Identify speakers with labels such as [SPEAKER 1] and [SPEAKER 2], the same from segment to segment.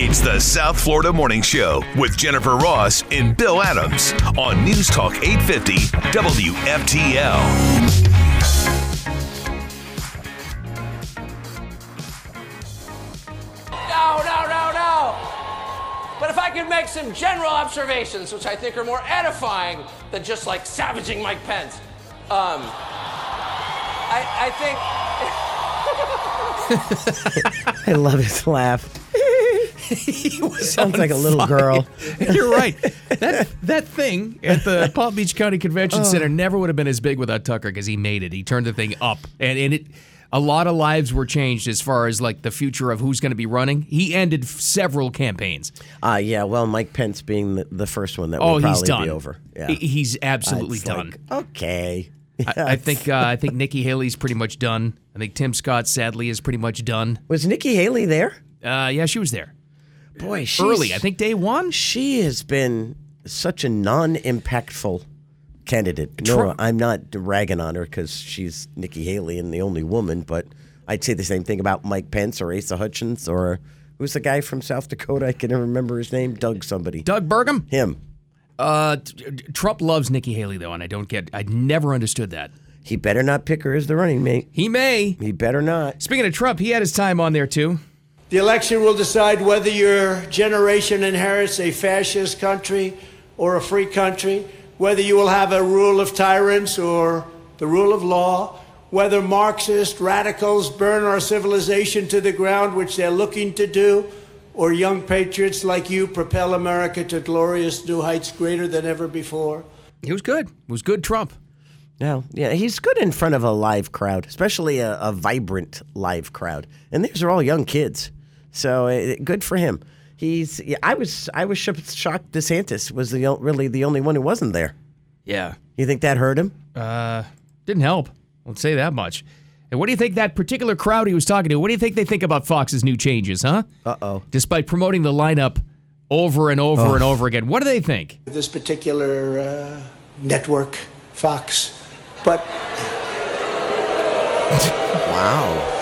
[SPEAKER 1] It's the South Florida Morning Show with Jennifer Ross and Bill Adams on News Talk 850 WFTL.
[SPEAKER 2] No, no, no, no. But if I could make some general observations, which I think are more edifying than just like savaging Mike Pence, um, I, I think.
[SPEAKER 3] I love his laugh. Sounds like a little girl.
[SPEAKER 4] You're right. That that thing at the Palm Beach County
[SPEAKER 3] Oh.
[SPEAKER 4] Convention Center never would have been as big without Tucker because he made it. He turned the thing up, and and it. A lot of lives were changed as far as like the future of who's going to be running. He ended f- several campaigns.
[SPEAKER 3] Ah, yeah. Well, Mike Pence being the, the first one that
[SPEAKER 4] Oh,
[SPEAKER 3] will
[SPEAKER 4] he's
[SPEAKER 3] probably
[SPEAKER 4] done.
[SPEAKER 3] be over. Yeah,
[SPEAKER 4] He- He's absolutely
[SPEAKER 3] It's
[SPEAKER 4] done.
[SPEAKER 3] like, okay.
[SPEAKER 4] I, I think uh, I think Nikki Haley's pretty much done. I think Tim Scott sadly is pretty much done.
[SPEAKER 3] Was Nikki Haley there?
[SPEAKER 4] Uh, yeah, she was there
[SPEAKER 3] Boy, she's,
[SPEAKER 4] early. I think day one.
[SPEAKER 3] she has been such a non-impactful candidate.
[SPEAKER 4] True.
[SPEAKER 3] No, I'm not ragging on her because she's Nikki Haley and the only woman, but I'd say the same thing about Mike Pence or Asa Hutchins or who's the guy from South Dakota? I can never remember his name. Doug somebody.
[SPEAKER 4] Doug Burgum.
[SPEAKER 3] Him.
[SPEAKER 4] Uh, t- t- Trump loves Nikki Haley though, and I don't get. I never understood that.
[SPEAKER 3] He better not pick her as the running mate.
[SPEAKER 4] He may.
[SPEAKER 3] He better not.
[SPEAKER 4] Speaking of Trump, he had his time on there too.
[SPEAKER 5] The election will decide whether your generation inherits a fascist country or a free country, whether you will have a rule of tyrants or the rule of law, whether Marxist radicals burn our civilization to the ground, which they're looking to do, or young patriots like you propel America to glorious new heights greater than ever before.
[SPEAKER 4] He was good. It was good Trump.
[SPEAKER 3] No. Yeah, he's good in front of a live crowd, especially a, a vibrant live crowd. And these are all young kids, so eh, good for him. He's. Yeah, I was. I was sho- shocked. DeSantis was the o- really the only one who wasn't there.
[SPEAKER 4] Yeah.
[SPEAKER 3] You think that hurt him?
[SPEAKER 4] Didn't help. Won't say that much. And what do you think that particular crowd he was talking to? What do you think they think about Fox's new changes, huh? Uh oh. Despite promoting the lineup over and over and over again, what do they think?
[SPEAKER 5] this particular uh, network, Fox. But
[SPEAKER 3] Wow.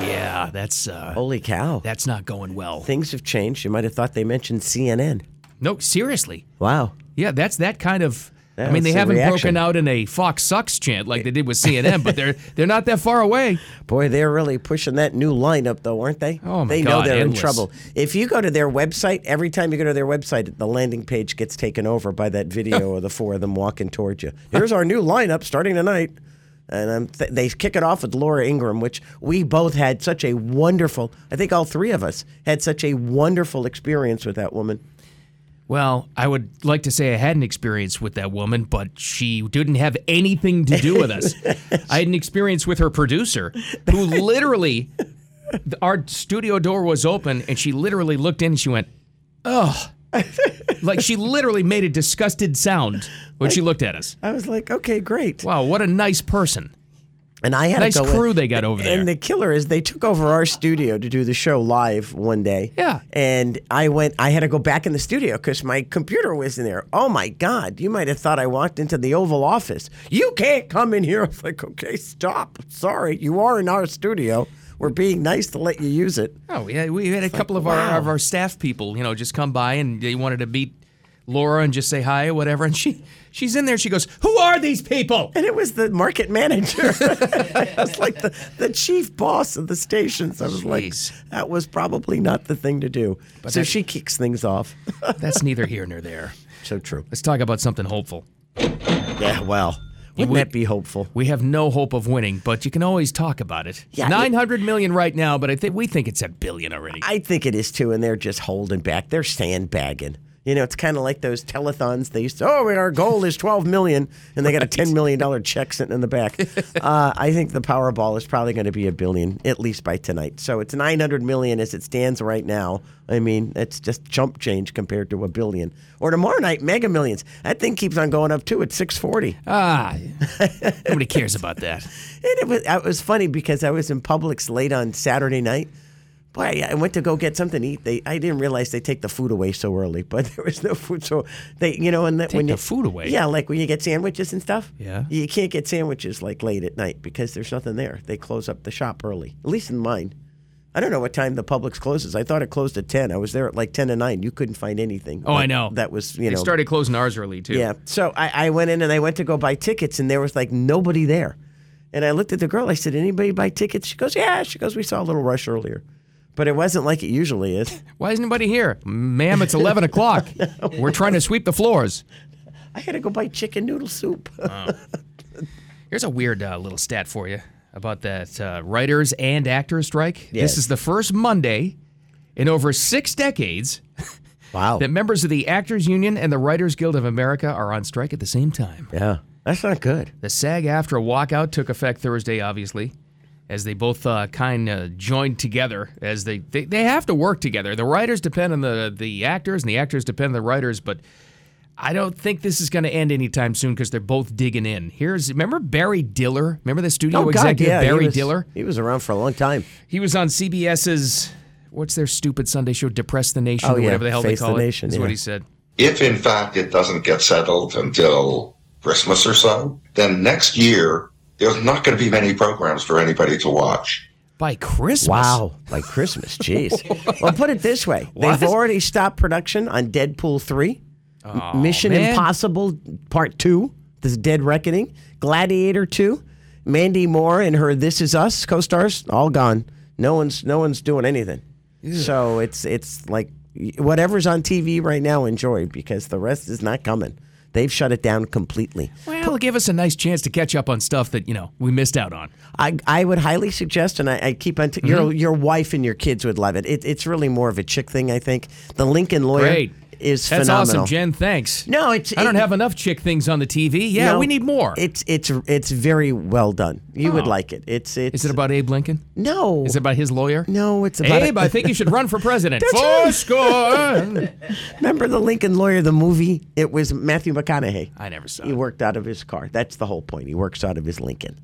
[SPEAKER 4] Yeah, that's uh,
[SPEAKER 3] Holy cow.
[SPEAKER 4] that's not going well.
[SPEAKER 3] Things have changed. You might have thought they mentioned CNN.
[SPEAKER 4] No, seriously.
[SPEAKER 3] Wow.
[SPEAKER 4] Yeah, that's that kind of. I
[SPEAKER 3] Yeah,
[SPEAKER 4] mean,
[SPEAKER 3] it's
[SPEAKER 4] they
[SPEAKER 3] the
[SPEAKER 4] haven't
[SPEAKER 3] reaction.
[SPEAKER 4] broken out in a Fox sucks chant like they did with CNN, but they're they're not that far away.
[SPEAKER 3] Boy, they're really pushing that new lineup, though, aren't they?
[SPEAKER 4] Oh, my
[SPEAKER 3] they know
[SPEAKER 4] God,
[SPEAKER 3] they're
[SPEAKER 4] endless.
[SPEAKER 3] in trouble. If you go to their website, every time you go to their website, the landing page gets taken over by that video of the four of them walking towards you. Here's our new lineup starting tonight. And I'm th- they kick it off with Laura Ingram, which we both had such a wonderful, I think all three of us had such a wonderful experience with that woman.
[SPEAKER 4] Well, I would like to say I had an experience with that woman, but she didn't have anything to do with us. I had an experience with her producer, who literally, our studio door was open, and she literally looked in and she went, "Oh," like she literally made a disgusted sound when she looked at us.
[SPEAKER 3] I was like, okay, great.
[SPEAKER 4] Wow, what a nice person!
[SPEAKER 3] And I had
[SPEAKER 4] Nice
[SPEAKER 3] to go
[SPEAKER 4] crew
[SPEAKER 3] in-
[SPEAKER 4] they got over there.
[SPEAKER 3] And the killer is they took over our studio to do the show live one day.
[SPEAKER 4] Yeah.
[SPEAKER 3] And I went. I had to go back in the studio because my computer was in there. Oh my God! You might have thought I walked into the Oval Office. You can't come in here. I was like, okay, stop. Sorry, you are in our studio. We're being nice to let you use it.
[SPEAKER 4] Oh yeah, we had a couple of our of our staff people, you know, just come by and they wanted to meet Laura and just say hi or whatever. And she she's in there. She goes, "Who are these people?"
[SPEAKER 3] And it was the market manager. I was like the, the chief boss of the station. So I was
[SPEAKER 4] Jeez.
[SPEAKER 3] like, that was probably not the thing to do. so
[SPEAKER 4] that-
[SPEAKER 3] she kicks things off.
[SPEAKER 4] That's neither here nor there.
[SPEAKER 3] so true.
[SPEAKER 4] Let's talk about something hopeful.
[SPEAKER 3] Yeah, well, wouldn't
[SPEAKER 4] would-
[SPEAKER 3] that be hopeful?
[SPEAKER 4] We have no hope of winning, but you can always talk about it.
[SPEAKER 3] Yeah, it-
[SPEAKER 4] Nine hundred million right now, but I think we think it's a billion already.
[SPEAKER 3] I think it is too, and they're just holding back. They're sandbagging. You know, it's kind of like those telethons. They used to, oh, our goal is 12 million, and they got a 10 million dollar check sitting in the back. uh, I think the Powerball is probably going to be a billion at least by tonight. So it's 900 million as it stands right now. I mean, it's just jump change compared to a billion. Or tomorrow night, Mega Millions. That thing keeps on going up too. It's 640.
[SPEAKER 4] Ah, nobody cares about that.
[SPEAKER 3] And it was, it was funny because I was in Publix late on Saturday night. Boy, I went to go get something to eat. They, I didn't realize they take the food away so early, but there was no food. So they, you know, and that
[SPEAKER 4] Take
[SPEAKER 3] when
[SPEAKER 4] the
[SPEAKER 3] you,
[SPEAKER 4] food away?
[SPEAKER 3] yeah, like when you get sandwiches and stuff,
[SPEAKER 4] Yeah.
[SPEAKER 3] you can't get sandwiches like late at night because there's nothing there. They close up the shop early, at least in mine. I don't know what time the Publix closes. I thought it closed at ten. I was there at like ten to nine. You couldn't find anything.
[SPEAKER 4] Oh, I
[SPEAKER 3] Like,
[SPEAKER 4] know.
[SPEAKER 3] that was you
[SPEAKER 4] They
[SPEAKER 3] know
[SPEAKER 4] started closing ours early too.
[SPEAKER 3] yeah. So I, I went in and I went to go buy tickets, and there was like nobody there. And I looked at the girl. I said, "Anybody buy tickets?" She goes, "Yeah." She goes, "We saw a little rush earlier, but it wasn't like it usually is."
[SPEAKER 4] Why is nobody here, ma'am? It's eleven o'clock. We're trying to sweep the floors.
[SPEAKER 3] I had to go buy chicken noodle soup.
[SPEAKER 4] Here's a weird uh, little stat for you about that uh, writers and actors strike.
[SPEAKER 3] Yes.
[SPEAKER 4] This is the first Monday in over six decades
[SPEAKER 3] wow.
[SPEAKER 4] that members of the Actors Union and the Writers Guild of America are on strike at the same time.
[SPEAKER 3] Yeah, that's not good.
[SPEAKER 4] The SAG after walkout took effect Thursday, obviously, as they both uh, kind of joined together. As they, they they have to work together. The writers depend on the the actors, and the actors depend on the writers. But I don't think this is going to end anytime soon because they're both digging in. Here's remember Barry Diller. Remember the studio executive
[SPEAKER 3] Oh, he
[SPEAKER 4] Barry
[SPEAKER 3] was-
[SPEAKER 4] Diller.
[SPEAKER 3] He was around for a long time.
[SPEAKER 4] He was on CBS's what's their stupid Sunday show, Depress the Nation,
[SPEAKER 3] Oh,
[SPEAKER 4] or
[SPEAKER 3] yeah,
[SPEAKER 4] whatever the hell
[SPEAKER 3] Face
[SPEAKER 4] they
[SPEAKER 3] the
[SPEAKER 4] call it.
[SPEAKER 3] Nation,
[SPEAKER 4] is
[SPEAKER 3] yeah.
[SPEAKER 4] what he said.
[SPEAKER 6] If in fact it doesn't get settled until Christmas or so, then next year there's not going to be many programs for anybody to watch.
[SPEAKER 4] By Christmas.
[SPEAKER 3] Wow, like Christmas. Jeez. well, put it this way:
[SPEAKER 4] What?
[SPEAKER 3] they've already stopped production on Deadpool three, M- Mission
[SPEAKER 4] Oh, man.
[SPEAKER 3] Impossible Part two, this Dead Reckoning, Gladiator two, Mandy Moore and her This Is Us co-stars all gone. No one's no one's doing anything. So it's it's like whatever's on TV right now, enjoy because the rest is not coming. They've shut it down completely.
[SPEAKER 4] Well, give us a nice chance to catch up on stuff that you know we missed out on.
[SPEAKER 3] I, I would highly suggest, and I, I keep on t- your
[SPEAKER 4] Mm-hmm.
[SPEAKER 3] your wife and your kids would love it. it. It's really more of a chick thing, I think. The Lincoln Lawyer
[SPEAKER 4] Great.
[SPEAKER 3] is
[SPEAKER 4] That's
[SPEAKER 3] phenomenal.
[SPEAKER 4] awesome, Jen. Thanks.
[SPEAKER 3] No, it's
[SPEAKER 4] I don't
[SPEAKER 3] it-
[SPEAKER 4] have enough chick things on the TV. Yeah,
[SPEAKER 3] no,
[SPEAKER 4] we need more.
[SPEAKER 3] It's it's it's very well done. You would like it. It's
[SPEAKER 4] Is
[SPEAKER 3] it's
[SPEAKER 4] it about Abe Lincoln?
[SPEAKER 3] no.
[SPEAKER 4] Is it about his lawyer?
[SPEAKER 3] no? It's about
[SPEAKER 4] Abe,
[SPEAKER 3] a-
[SPEAKER 4] I think you should run for president.
[SPEAKER 3] That's
[SPEAKER 4] For
[SPEAKER 3] right.
[SPEAKER 4] score.
[SPEAKER 3] remember the Lincoln Lawyer the movie. It was Matthew McConaughey.
[SPEAKER 4] I never saw
[SPEAKER 3] He
[SPEAKER 4] it.
[SPEAKER 3] worked out of his car. That's the whole point. He works out of his Lincoln.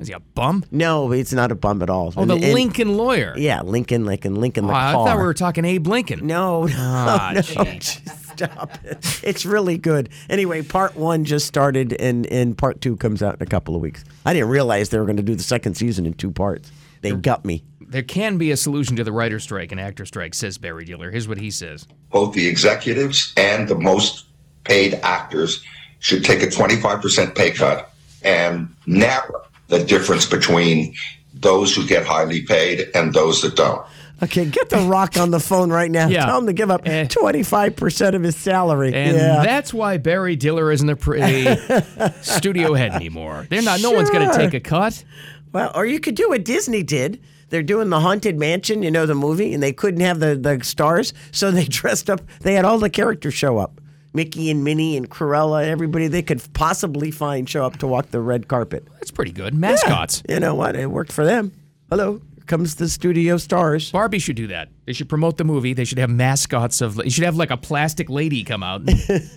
[SPEAKER 4] Is he a bum?
[SPEAKER 3] No, it's not a bum at all.
[SPEAKER 4] Oh, the Lincoln lawyer.
[SPEAKER 3] Yeah, Lincoln, Lincoln, Lincoln.
[SPEAKER 4] Oh,
[SPEAKER 3] The
[SPEAKER 4] I
[SPEAKER 3] car.
[SPEAKER 4] thought we were talking Abe Lincoln.
[SPEAKER 3] No, no,
[SPEAKER 4] Ah,
[SPEAKER 3] no.
[SPEAKER 4] jeez.
[SPEAKER 3] Stop it. It's really good. Anyway, part one just started, and and part two comes out in a couple of weeks. I didn't realize they were going to do the second season in two parts. They got me.
[SPEAKER 4] There can be a solution to the writer strike and actor strike, says Barry Diller. Here's what he says.
[SPEAKER 6] Both the executives and the most paid actors should take a 25% pay cut and narrow the difference between those who get highly paid and those that don't.
[SPEAKER 3] Okay, get the Rock on the phone right now.
[SPEAKER 4] Yeah.
[SPEAKER 3] Tell him to give up
[SPEAKER 4] Eh.
[SPEAKER 3] twenty five percent of his salary.
[SPEAKER 4] And
[SPEAKER 3] yeah.
[SPEAKER 4] that's why Barry Diller isn't a, pr- a studio head anymore. They're not. No one's going to
[SPEAKER 3] Sure.
[SPEAKER 4] take a cut.
[SPEAKER 3] well, or you could do what Disney did. They're doing the Haunted Mansion, you know, the movie, and they couldn't have the, the stars, so they dressed up. They had all the characters show up. Mickey and Minnie and Cruella, everybody they could possibly find show up to walk the red carpet.
[SPEAKER 4] That's pretty good. Mascots.
[SPEAKER 3] You know what? It worked for them. Hello, here comes the studio stars.
[SPEAKER 4] Barbie should do that. They should promote the movie. They should have mascots of. You should have like a plastic lady come out.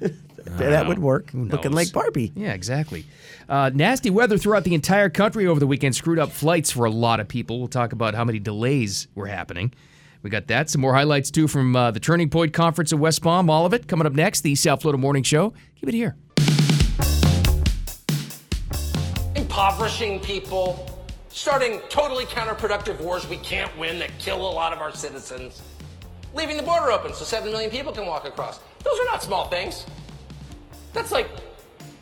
[SPEAKER 3] that would work.
[SPEAKER 4] Who
[SPEAKER 3] Looking
[SPEAKER 4] knows?
[SPEAKER 3] like Barbie.
[SPEAKER 4] yeah, exactly. Uh, nasty weather throughout the entire country over the weekend screwed up flights for a lot of people. We'll talk about how many delays were happening. We got that. Some more highlights too from uh, the Turning Point Conference in West Palm. All of it coming up next. The South Florida Morning Show. Keep it here.
[SPEAKER 2] impoverishing people, starting totally counterproductive wars we can't win that kill a lot of our citizens, leaving the border open so 7 million people can walk across. Those are not small things. That's like,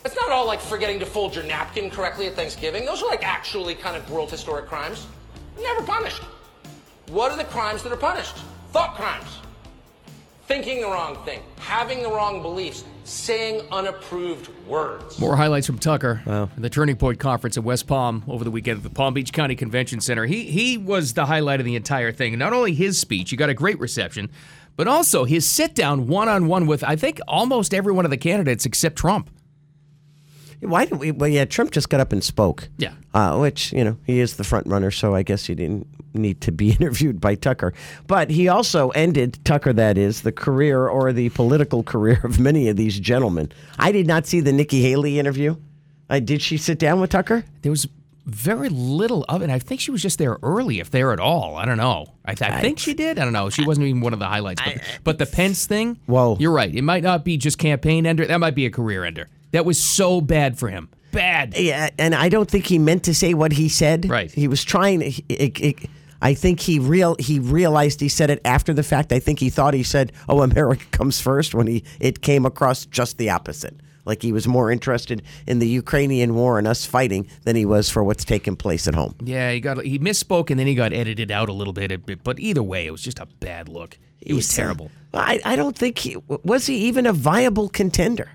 [SPEAKER 2] that's not all like forgetting to fold your napkin correctly at Thanksgiving. Those are like actually kind of world historic crimes. Never punished. What are the crimes that are punished? Thought crimes. thinking the wrong thing, having the wrong beliefs, saying unapproved words.
[SPEAKER 4] More highlights from Tucker. At the Turning Point Conference in West Palm over the weekend at the Palm Beach County Convention Center. He he was the highlight of the entire thing. Not only his speech, he got a great reception, but also his sit down one on one with I think almost every one of the candidates except Trump.
[SPEAKER 3] Why did we? Well, yeah, Trump just got up and spoke.
[SPEAKER 4] Yeah.
[SPEAKER 3] Uh, which, you know, he is the front runner, so I guess he didn't need to be interviewed by Tucker. But he also ended, Tucker, that is, the career or the political career of many of these gentlemen. I did not see the Nikki Haley interview. I, did she sit down with Tucker?
[SPEAKER 4] There was very little of it. I think she was just there early, if there at all. I don't know. I, th- I think she did. I don't know. She wasn't even one of the highlights. But, but the Pence thing.
[SPEAKER 3] Whoa.
[SPEAKER 4] You're right. It might not be just campaign ender. That might be a career ender. That was so bad for him. Bad.
[SPEAKER 3] Yeah, and I don't think he meant to say what he said.
[SPEAKER 4] Right.
[SPEAKER 3] He was trying. It, it, it- I think he real he realized he said it after the fact. I think he thought he said, "Oh, America comes first when he it came across just the opposite. Like he was more interested in the Ukrainian war and us fighting than he was for what's taking place at home.
[SPEAKER 4] Yeah, he got he misspoke and then he got edited out a little bit. It- But either way, it was just a bad look. It was
[SPEAKER 3] He's, uh,
[SPEAKER 4] terrible.
[SPEAKER 3] I, I don't think he was he even a viable contender.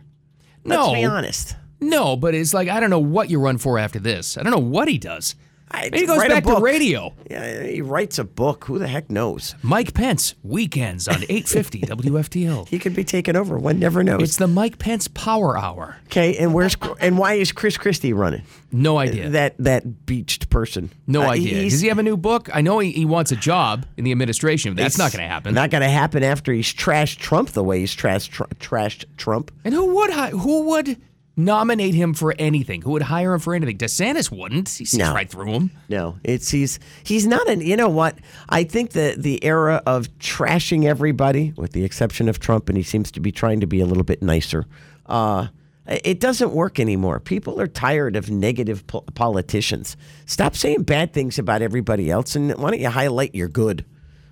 [SPEAKER 3] Let's
[SPEAKER 4] No.
[SPEAKER 3] be honest.
[SPEAKER 4] No, but it's like I don't know what you run for after this. I don't know what he does.
[SPEAKER 3] I-
[SPEAKER 4] Maybe he goes
[SPEAKER 3] write a
[SPEAKER 4] back to
[SPEAKER 3] book.
[SPEAKER 4] radio.
[SPEAKER 3] Yeah, he writes a book. Who the heck knows?
[SPEAKER 4] Mike Pence weekends on 850 WFTL.
[SPEAKER 3] He could be taken over. One never knows.
[SPEAKER 4] It's the Mike Pence Power Hour.
[SPEAKER 3] Okay, and where's and why is Chris Christie running?
[SPEAKER 4] No idea.
[SPEAKER 3] Uh, That that beached person.
[SPEAKER 4] no
[SPEAKER 3] Uh,
[SPEAKER 4] idea.
[SPEAKER 3] he's-
[SPEAKER 4] Does he have a new book? I know he, he wants a job in the administration, but that's
[SPEAKER 3] he's
[SPEAKER 4] not going to happen.
[SPEAKER 3] Not going to happen after he's trashed Trump the way he's trashed tr- trashed Trump.
[SPEAKER 4] and who would hi- who would nominate him for anything? Who would hire him for anything? DeSantis wouldn't. He sees
[SPEAKER 3] No.
[SPEAKER 4] right through him.
[SPEAKER 3] No, it's he's he's not an. You know what? I think the the era of trashing everybody, with the exception of Trump, and he seems to be trying to be a little bit nicer. Uh, it doesn't work anymore. People are tired of negative po- politicians. Stop saying bad things about everybody else, and why don't you highlight your good?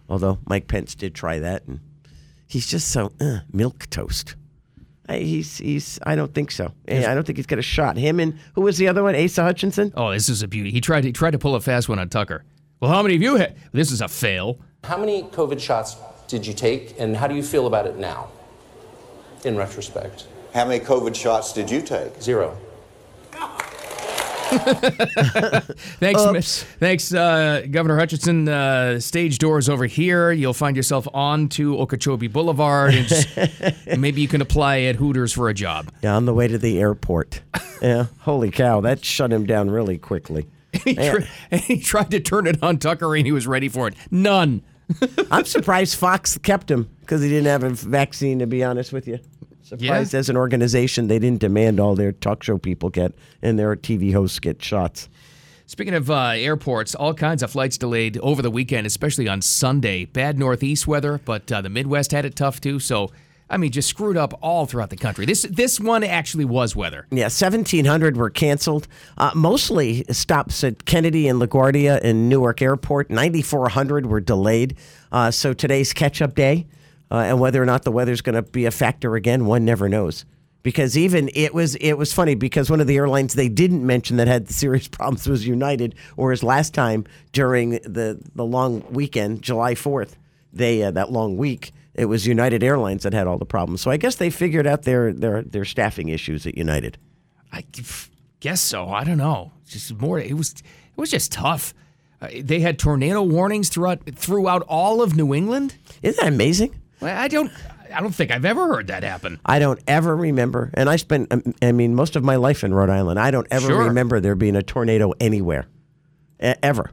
[SPEAKER 3] Although Mike Pence did try that, and he's just so uh, milk toast. I, he's he's. I don't think so. I don't think he's got a shot. Him and who was the other one? Asa Hutchinson.
[SPEAKER 4] Oh, this is a beauty. He tried to, he tried to pull a fast one on Tucker. Well, how many of you hit? This is a fail.
[SPEAKER 2] How many COVID shots did you take, and how do you feel about it now, in retrospect?
[SPEAKER 7] How many COVID shots did you take?
[SPEAKER 2] Zero.
[SPEAKER 4] Thanks, Miss- thanks, uh, Governor Hutchinson. Uh, stage doors over here. You'll find yourself on to Okeechobee Boulevard, and just- maybe you can apply at Hooters for a job.
[SPEAKER 3] Yeah, on the way to the airport. yeah, holy cow, that shut him down really quickly.
[SPEAKER 4] He tr- and he tried to turn it on Tucker, and he was ready for it. None.
[SPEAKER 3] I'm surprised Fox kept him because he didn't have a vaccine. To be honest with you, surprised as an organization they didn't demand all their talk show people get and their TV hosts get shots.
[SPEAKER 4] Speaking of uh, airports, all kinds of flights delayed over the weekend, especially on Sunday. Bad Northeast weather, but uh, the Midwest had it tough too. So, I mean, just screwed up all throughout the country. This this one actually was weather.
[SPEAKER 3] Yeah, 1,700 were canceled. Uh, mostly stops at Kennedy and LaGuardia and Newark Airport. 9,400 were delayed. Uh, so today's catch up day. Uh, and whether or not the weather's going to be a factor again, one never knows. Because even it was it was funny because one of the airlines they didn't mention that had serious problems was United, whereas last time during the the long weekend, July Fourth, they uh, that long week, it was United Airlines that had all the problems. So I guess they figured out their their their staffing issues at United.
[SPEAKER 4] I guess so. I don't know. Just more. It was it was just tough. Uh, they had tornado warnings throughout throughout all of New England.
[SPEAKER 3] Isn't that amazing?
[SPEAKER 4] Well, I don't I don't think I've ever heard that happen.
[SPEAKER 3] I don't ever remember, and I spent, um, I mean, most of my life in Rhode Island. I don't ever
[SPEAKER 4] Sure.
[SPEAKER 3] remember there being a tornado anywhere, e- ever.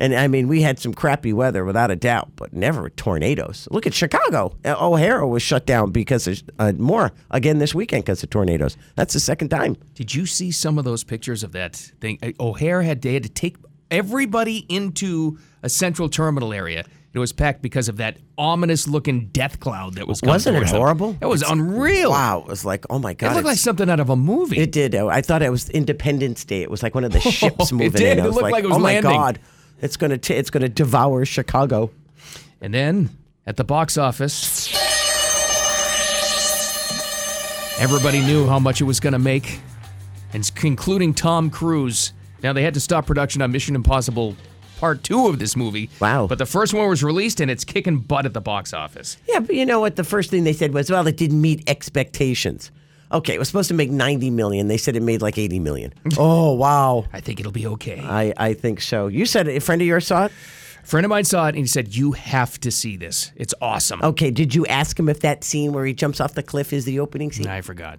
[SPEAKER 3] And I mean, we had some crappy weather without a doubt, but never tornadoes. Look at Chicago. Uh, O'Hara was shut down because of uh, more again this weekend because of tornadoes. That's the second time.
[SPEAKER 4] Did you see some of those pictures of that thing? Uh, O'Hare had they had to take everybody into a central terminal area. It was packed because of that ominous looking death cloud that was. coming
[SPEAKER 3] Wasn't it
[SPEAKER 4] towards them.
[SPEAKER 3] horrible?
[SPEAKER 4] It was unreal.
[SPEAKER 3] Wow, it was like, oh my god,
[SPEAKER 4] It looked like
[SPEAKER 3] it's-
[SPEAKER 4] something out of a movie.
[SPEAKER 3] It did. Oh, I thought it was Independence Day. It was like one of the ships
[SPEAKER 4] It
[SPEAKER 3] moving
[SPEAKER 4] did.
[SPEAKER 3] in. I
[SPEAKER 4] It looked like it was
[SPEAKER 3] oh
[SPEAKER 4] landing."
[SPEAKER 3] my god, it's gonna t- it's gonna devour Chicago.
[SPEAKER 4] And then at the box office, everybody knew how much it was going to make, and s- including Tom Cruise. Now they had to stop production on Mission Impossible part two of this movie.
[SPEAKER 3] Wow.
[SPEAKER 4] But the first one was released and it's kicking butt at the box office.
[SPEAKER 3] Yeah, but you know what? The first thing they said was, well, it didn't meet expectations. Okay, it was supposed to make 90 million. They said it made like 80 million. oh, wow.
[SPEAKER 4] I think it'll be okay.
[SPEAKER 3] I, I think so. You said a friend of yours saw it?
[SPEAKER 4] A friend of mine saw it and he said, You have to see this. It's awesome.
[SPEAKER 3] Okay, did you ask him if that scene where he jumps off the cliff is the opening scene?
[SPEAKER 4] I forgot.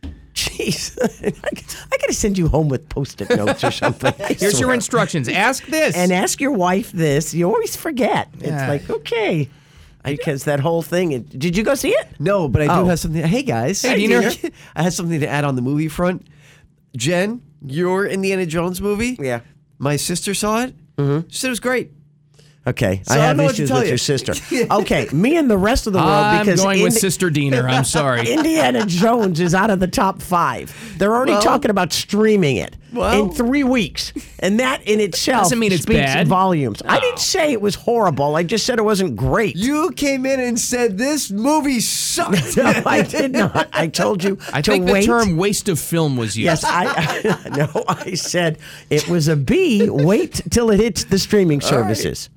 [SPEAKER 3] Jeez. I got to send you home with post it notes or something. I
[SPEAKER 4] Here's your
[SPEAKER 3] swear.
[SPEAKER 4] instructions. Ask this.
[SPEAKER 3] and ask your wife this. You always forget. It's
[SPEAKER 4] Yeah.
[SPEAKER 3] like, okay. Because that whole thing. it- Did you go see it?
[SPEAKER 8] No, but I do
[SPEAKER 3] Oh.
[SPEAKER 8] have something. Hey guys,
[SPEAKER 4] Hey, Diener.
[SPEAKER 8] I have something to add on the movie front. Jen, your Indiana Jones movie.
[SPEAKER 3] Yeah. Mm-hmm.
[SPEAKER 8] my sister saw it. She said it was great.
[SPEAKER 3] Okay.
[SPEAKER 8] I
[SPEAKER 3] I
[SPEAKER 8] don't
[SPEAKER 3] have
[SPEAKER 8] know what to
[SPEAKER 3] issues
[SPEAKER 8] tell
[SPEAKER 3] with
[SPEAKER 8] you.
[SPEAKER 3] your sister. okay. Me and the rest of the world.
[SPEAKER 4] I'm
[SPEAKER 3] because
[SPEAKER 4] going with
[SPEAKER 3] Indi-
[SPEAKER 4] Sister Diener. I'm sorry.
[SPEAKER 3] Indiana Jones is out of the top five. They're already
[SPEAKER 8] Well-
[SPEAKER 3] talking about streaming it
[SPEAKER 8] Well-
[SPEAKER 3] in three weeks, and that in itself
[SPEAKER 4] Doesn't mean it's
[SPEAKER 3] speaks
[SPEAKER 4] bad.
[SPEAKER 3] volumes. I didn't say it was horrible. I just said it wasn't great.
[SPEAKER 8] You came in and said this movie sucked.
[SPEAKER 3] no, I did not. I told you
[SPEAKER 4] I
[SPEAKER 3] to
[SPEAKER 4] think
[SPEAKER 3] wait.
[SPEAKER 4] the term waste of film was used.
[SPEAKER 3] Yes, I no. I said it was a B. Wait till it hits the streaming services.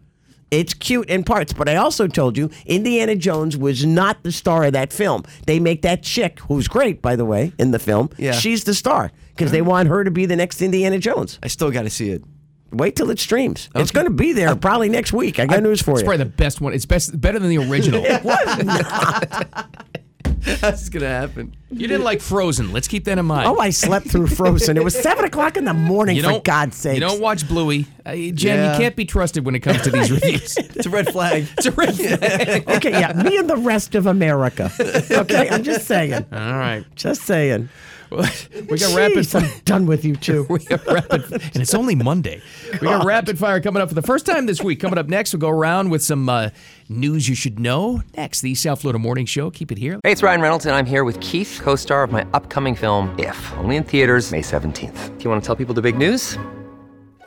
[SPEAKER 3] It's cute in parts, but I also told you Indiana Jones was not the star of that film. They make that chick, who's great by the way, in the film.
[SPEAKER 8] Yeah.
[SPEAKER 3] she's the star because they want her to be the next Indiana Jones.
[SPEAKER 8] I still got to see it.
[SPEAKER 3] Wait till it streams. It's going to be there
[SPEAKER 4] Uh,
[SPEAKER 3] probably next week. I got news for
[SPEAKER 4] It's
[SPEAKER 3] you.
[SPEAKER 4] probably the best one. It's best, better than the original.
[SPEAKER 8] That's gonna happen.
[SPEAKER 4] You didn't like Frozen. Let's keep that in mind.
[SPEAKER 3] Oh, I slept through Frozen. It was seven o'clock in the morning. for God's sake,
[SPEAKER 4] You don't watch Bluey. Uh, Jen,
[SPEAKER 8] Yeah.
[SPEAKER 4] you can't be trusted when it comes to these reviews.
[SPEAKER 8] It's a red flag.
[SPEAKER 4] It's a red flag.
[SPEAKER 3] okay, yeah, me and the rest of America. Okay, I'm just saying.
[SPEAKER 4] All right.
[SPEAKER 3] Just saying.
[SPEAKER 4] We got rapid
[SPEAKER 3] Jeez,
[SPEAKER 4] fire.
[SPEAKER 3] I'm done with you too.
[SPEAKER 4] We got rapid, and it's only Monday. We got rapid fire coming up for the first time this week. Coming up next, we'll go around with some uh, news you should know. Next, the South Florida Morning Show. Keep it here.
[SPEAKER 9] Hey, it's Ryan Reynolds, and I'm here with Keith, co star of my upcoming film, If, only in theaters, May 17th. Do you want to tell people the big news?